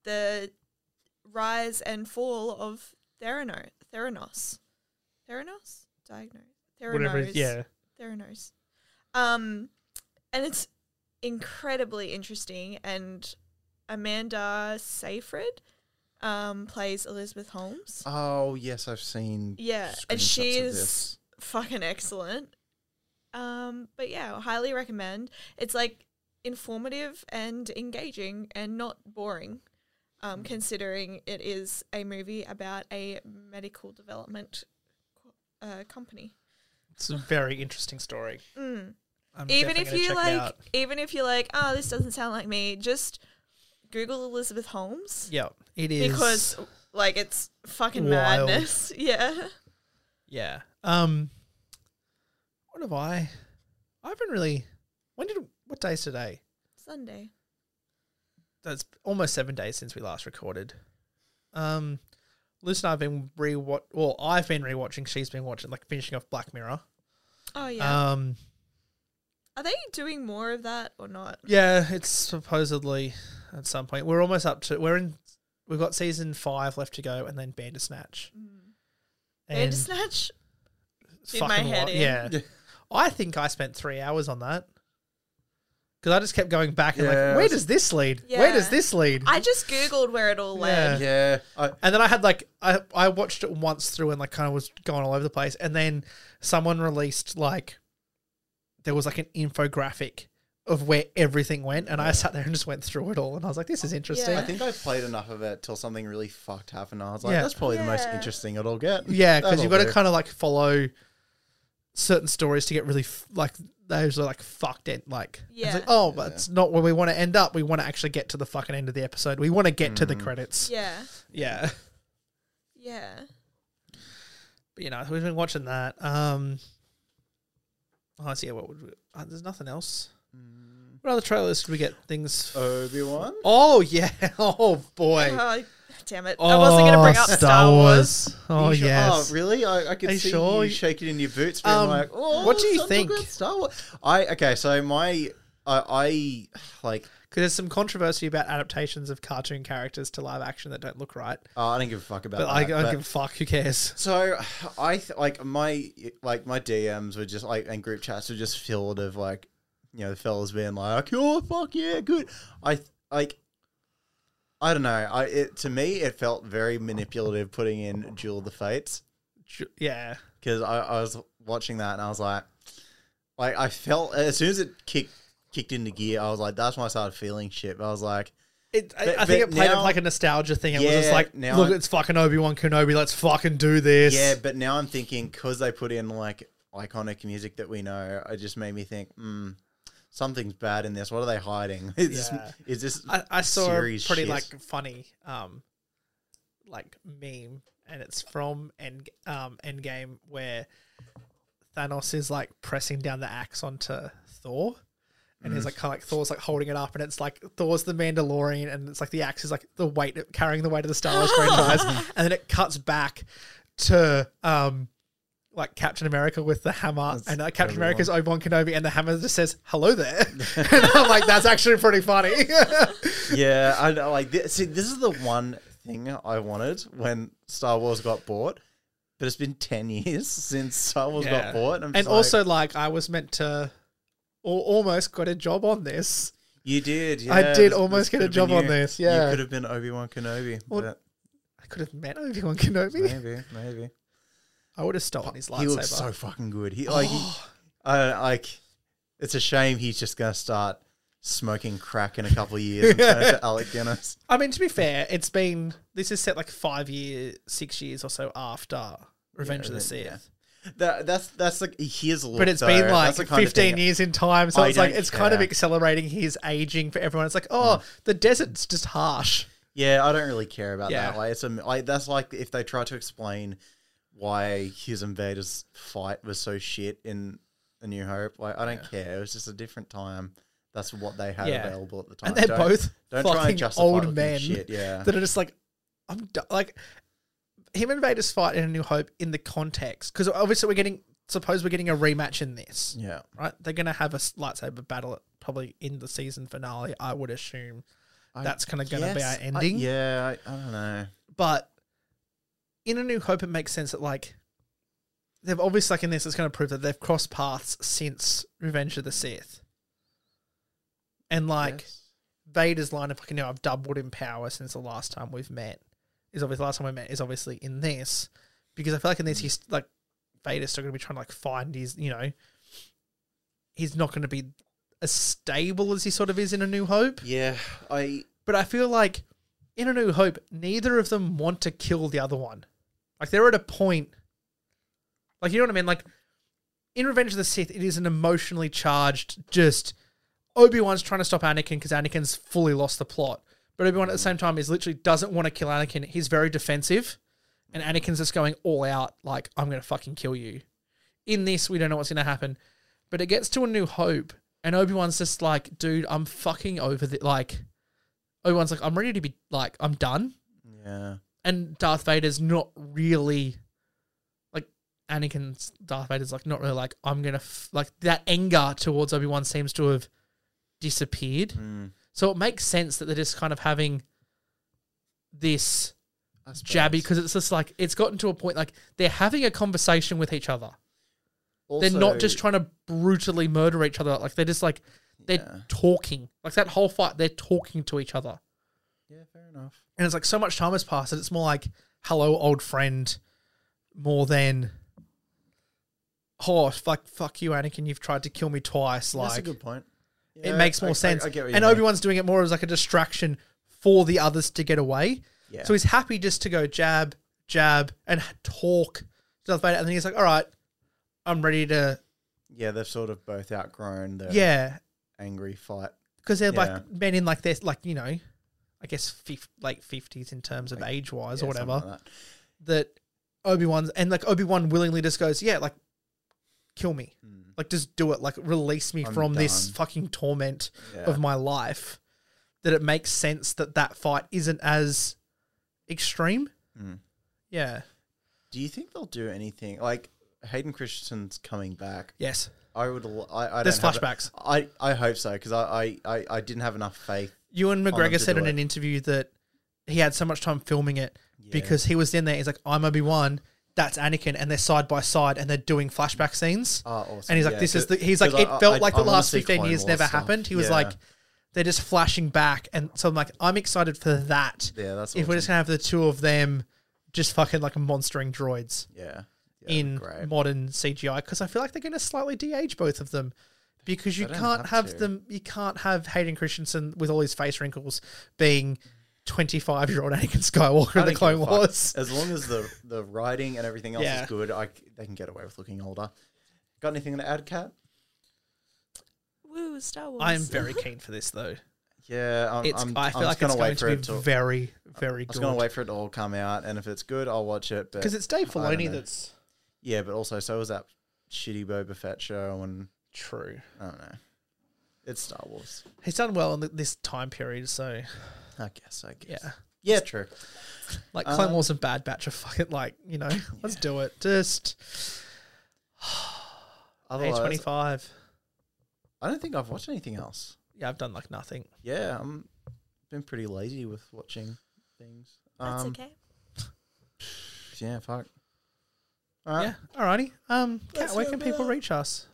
B: the rise and fall of Theranos. Theranos. Theranos? Diagnose. Theranos.
A: whatever. it is, Yeah,
B: Theranos. Um, and it's incredibly interesting. And Amanda Seyfried um, plays Elizabeth Holmes.
C: Oh yes, I've seen.
B: Yeah, and
C: screenshots of
B: she's
C: this.
B: fucking excellent. Um, but yeah, highly recommend. It's like informative and engaging and not boring. Um,
A: Mm.
B: considering it is a movie about a medical development co- uh, company.
A: it's a very interesting story.
B: Mm.
A: I'm
B: Even
A: definitely
B: if
A: gonna
B: you
A: check it
B: like,
A: out.
B: even if you're like, oh, this doesn't sound like me, just Google Elizabeth Holmes
A: yeah, it is
B: because like it's fucking
A: Wild.
B: madness. Yeah.
A: Yeah. Um. What have I? I haven't really. When did? What day's today?
B: Sunday.
A: That's almost seven days since we last recorded. Um, Liz and I've been rewatch. Well, I've been rewatching. She's been watching, like finishing off Black Mirror.
B: Oh yeah.
A: Um.
B: Are they doing more of that or not?
A: Yeah, it's supposedly at some point. We're almost up to. We're in. We've got season five left to go, and then Bandersnatch. And
B: Bandersnatch.
A: it's
B: did my
A: fucking
B: head
A: wi-
B: Mm. in.
A: Yeah.
C: Yeah.
A: I think I spent three hours on that because I just kept going back and
C: Yeah.
A: like, where does this lead? Where does
B: Yeah.
A: this lead?
B: I just googled where it all
A: Yeah.
B: led.
C: Yeah, I,
A: And then I had like I I watched it once through and like kind of was going all over the place. And then someone released like there was like an infographic of where everything went, and I sat there and just went through it all, and I was like, this is interesting.
C: I
A: Yeah,
B: Yeah.
C: think I played enough of it till something really fucked happened. And I was like,
A: Yeah.
C: that's probably the most
B: Yeah.
C: interesting it'll get.
A: because you've got to
C: That'll
A: kind of like follow certain stories to get really f- like those are like fucked in like it's
B: Yeah.
A: like oh but it's not where we want to end up we want to actually get to the fucking end of the episode we want to get to the credits
B: Yeah.
A: yeah
B: Yeah.
A: But, you know, we've been watching that. Um, oh, see, what would we, uh, there's nothing else.
C: Mm.
A: What other trailers did we get? Things.
C: do. Obi-Wan?
A: oh yeah! Oh boy!
C: Uh-huh.
B: Oh, damn it. I wasn't going to bring up Star, Wars.
A: Oh
C: Are you sure-
A: yes.
C: Oh, really? I, I could
A: Are you
C: see
A: sure?
C: you shaking in your boots, being
A: Um,
C: like, "Oh,
A: what do you
C: something
A: think?"
C: about Star Wars. I okay. So my, I, I like.
A: 'Cause there's some controversy about adaptations of cartoon characters to live action that don't look right.
C: Oh, I don't give a fuck about
A: But
C: that.
A: I, I don't
C: but-
A: give a fuck. Who cares?
C: So I th- like my like my DMs were just like and group chats were just filled of like you know the fellas being like, "Oh fuck yeah, good." I th- like, I don't know. I it to me it felt very manipulative putting in Jewel of the Fates
A: Ju- Yeah.
C: because I, I was watching that and I was like, like I felt as soon as it kicked kicked into gear, I was like, that's when I started feeling shit. But I was like,
A: It, I,
C: But-
A: I think
C: but
A: it played
C: now-
A: up like a nostalgia thing. It was just
C: Yeah,
A: like,
C: now
A: look,
C: I-
A: it's fucking Obi Wan Kenobi. Let's fucking do this.
C: yeah. But now I'm thinking because they put in like iconic music that we know, it just made me think, hmm, something's bad in this. What are they hiding? Is
A: Yeah.
C: this, is this
A: I, I saw a pretty
C: series shit?
A: like funny um like meme and it's from End um Endgame where Thanos is like pressing down the axe onto Thor and
C: Mm.
A: he's like kind of like Thor's like holding it up and it's like Thor's the Mandalorian and it's like the axe is like the weight carrying the weight of the Star Wars franchise and then it cuts back to um like Captain America with the hammer, and uh, Captain
C: Obi-Wan.
A: America's Obi Wan Kenobi, and the hammer just says "Hello there," and I'm like, "That's actually pretty funny."
C: yeah, I know. Like, this, see, this is the one thing I wanted when Star Wars got bought, but it's been ten years since Star Wars
A: Yeah.
C: got bought, I'm
A: and
C: just like,
A: also, like, I was meant to, or almost got a job on this.
C: you did.
A: I
C: yeah,
A: did almost get a
C: could have been
A: job on
C: you.
A: this,
C: you
A: yeah.
C: could have been Obi Wan Kenobi.
A: Well,
C: but
A: I could have met Obi Wan Kenobi.
C: maybe, maybe.
A: I would have stolen his
C: He looks
A: lightsaber. Oh.
C: so fucking good. He like, he- I like. It's a shame he's just gonna start smoking crack in a couple of years and turn into Alec Guinness.
A: I mean, to be fair, it's been this is set like five years, six years or so after Revenge of the Sith,
C: Revenge- yeah. That, that's that's like he is a look.
A: but it's
C: though.
A: been like
C: That's the kind of thing-
A: fifteen years in time. So
C: I
A: it's like
C: don't
A: it's kind of
C: care. Hmm.
A: accelerating his aging for everyone. It's like, oh, the desert's just harsh.
C: Yeah, I don't really care about
A: Yeah.
C: that. Like it's a, like that's like if they try to explain why his invaders fight was so shit in A New Hope. Like I don't care. It was just a different time. That's what they had
A: Yeah.
C: available at the time.
A: and they're
C: Oh, Don't-
A: both
C: don't try and
A: fucking
C: justify
A: old
C: looking
A: men
C: shit, yeah.
A: that are just like, I'm do- like, him and Vader's fight in A New Hope in the context because obviously we're getting suppose we're getting a rematch in this,
C: Yeah.
A: right? They're gonna have a s- lightsaber battle at- probably in the season finale. I would assume
C: I
A: that's kind of gonna be our
C: guess. I-
A: ending,
C: yeah, I, I don't know.
A: but in A New Hope, it makes sense that like. They've obviously like in this, it's going to prove that they've crossed paths since Revenge of the Sith, and like
C: Yes.
A: Vader's line of fucking, you know, I've doubled in power since the last time we've met is obviously the last time we met is obviously in this because I feel like in this he's like Vader's still going to be trying to like find his, you know, he's not going to be as stable as he sort of is in A New Hope.
C: Yeah, I
A: But I feel like in A New Hope, neither of them want to kill the other one. Like they're at a point, like you know what I mean. Like in Revenge of the Sith, it is an emotionally charged. Just Obi Wan's trying to stop Anakin because Anakin's fully lost the plot. But Obi Wan at the same time is literally doesn't want to kill Anakin. He's very defensive, and Anakin's just going all out. Like I'm gonna fucking kill you. In this, we don't know what's gonna happen, but it gets to a New Hope, and Obi Wan's just like, dude, I'm fucking over the like. Obi Wan's like, I'm ready to be like, I'm done.
C: yeah.
A: And Darth Vader's not really like Anakin's Darth Vader's like not really like I'm gonna f-, like that anger towards Obi Wan seems to have disappeared.
C: Mm,
A: So it makes sense that they're just kind of having this
C: I
A: jabby
C: suppose.
A: because it's just like it's gotten to a point like they're having a conversation with each other. they're
C: Also-
A: not just trying to brutally murder each other. Like they're just like they're
C: Yeah.
A: talking. Like that whole fight, they're talking to each other.
C: Yeah, fair enough.
A: and it's like so much time has passed that it's more like hello old friend more than oh fuck fuck you anakin you've tried to kill me twice
C: That's a
A: like
C: good point.
A: it
C: Yeah,
A: makes more
C: I- I-
A: sense
C: I get what you
A: and
C: mean.
A: obi-wan's doing it more as like a distraction for the others to get away
C: Yeah.
A: so he's happy just to go jab jab and h- talk to Darth Vader, and then he's like all right i'm ready to
C: Yeah, they've sort of both outgrown their
A: yeah
C: angry fight.
A: because they're
C: Yeah.
A: like men in like their like you know i guess fif- late 50s in terms of
C: Like,
A: age wise or
C: Yeah, something
A: whatever
C: like that.
A: that Obi Wan's and like Obi Wan willingly just goes, yeah, like kill me,
C: Mm.
A: like just do it, like release me
C: I'm
A: from this
C: done.
A: fucking torment
C: Yeah.
A: of my life. That it makes sense that that fight isn't as extreme.
C: Mm.
A: Yeah.
C: Do you think they'll do anything like Hayden Christensen's coming back?
A: Yes.
C: I would. l- I, I
A: There's
C: don't have a-
A: flashbacks.
C: I, I hope so because I, I, I, I didn't have enough faith.
A: Ewan McGregor
C: to
A: said
C: do
A: in an interview that he had so much time filming it
C: Yeah.
A: because he was in there. He's like, I'm Obi Wan. that's Anakin, and they're side by side, and they're doing flashback scenes.
C: Oh, awesome.
A: and he's like,
C: Yeah,
A: "This is the."
C: 'cause-
A: He's like,
C: 'cause
A: "It
C: I-
A: felt
C: I-
A: like
C: I
A: the
C: wanna
A: last
C: see
A: fifteen
C: Clone
A: years
C: Wars
A: never
C: stuff.
A: happened." He was
C: Yeah.
A: like, "They're just flashing back," and so I'm like, "I'm excited for that."
C: Yeah, that's
A: if we're just gonna have the two of them just fucking like monstering droids
C: yeah, yeah,
A: in
C: great.
A: modern CGI, because I feel like they're gonna slightly de-age both of them. Because you
C: They don't
A: can't
C: have
A: have,
C: to.
A: them, you can't have Hayden Christensen with all his face wrinkles being twenty-five-year-old Anakin Skywalker
C: I
A: in the
C: don't
A: Clone
C: give a fuck.
A: Wars.
C: As long as the the writing and everything else
A: Yeah.
C: is good, I c they can get away with looking older. Got anything to add, Kat?
B: Woo, Star Wars.
A: I am very keen for this though.
C: Yeah, I'm,
A: It's
C: I'm,
A: i feel
C: am
A: like
C: just gonna
A: it's
C: wait
A: going
C: for
A: to be
C: it to.
A: very, very
C: I was gonna
A: good.
C: wait for it to all come out, and if it's good, I'll watch it. But
A: Because it's Dave
C: I don't
A: Filoni
C: know.
A: that's
C: yeah, but also so was that shitty Boba Fett show, and
A: true.
C: I don't know. It's Star Wars,
A: He's done well in th- this time period, so
C: I guess. I guess.
A: yeah.
C: yeah, true.
A: Like Clone
C: Um,
A: Wars and Bad Batch are fucking like you know, let's do it. Just A
C: Otherwise,
A: twenty five.
C: I don't think I've watched anything else.
A: Yeah, I've done like nothing.
C: Yeah, I'm been pretty lazy with watching things.
B: That's
C: Um,
B: okay.
C: Yeah, fuck. All right.
A: yeah, alrighty. Um, Kat,
B: Let's
A: where can
B: wrap it
A: people
B: up.
A: reach us?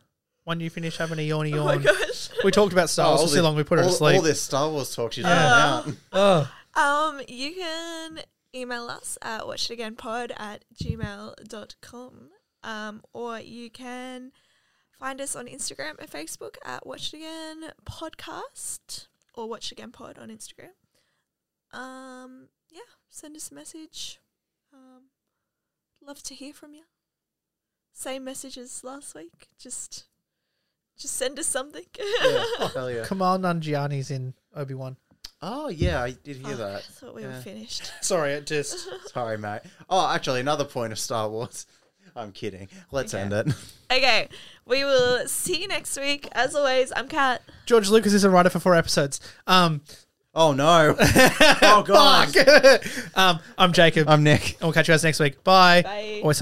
A: When you finish having a yawny
B: Oh my
A: yawn,
B: gosh.
A: we talked about Star Wars
C: all
A: for so
C: the-
A: long. We put her
C: all,
A: to sleep.
C: all this Star Wars talk she's
A: Yeah.
C: running out.
A: Ugh.
B: Um, you can email us at watchitagainpod at gmail.com. Um, or you can find us on Instagram and Facebook at Watch It Again Podcast or Watch It Again Pod on Instagram. Um, yeah, send us a message. Um, love to hear from you. Same message as last week. Just, just send us something.
C: Yeah, hell yeah.
A: Kamal Nanjiani's in Obi Wan.
C: Oh yeah, I did hear
B: Oh, I
C: that.
B: thought we were
C: Yeah.
B: finished.
A: Sorry, it just
C: Sorry, mate. Oh, actually, another point of Star Wars. I'm kidding. Let's
B: Okay.
C: end it.
B: Okay, we will see you next week. As always, I'm Kat.
A: George Lucas is a writer for four episodes. Um,
C: Oh no. oh god. Um,
A: fuck. um, I'm Jacob,
C: I'm Nick.
A: and we'll catch you guys next week. Bye.
B: Bye.
A: Always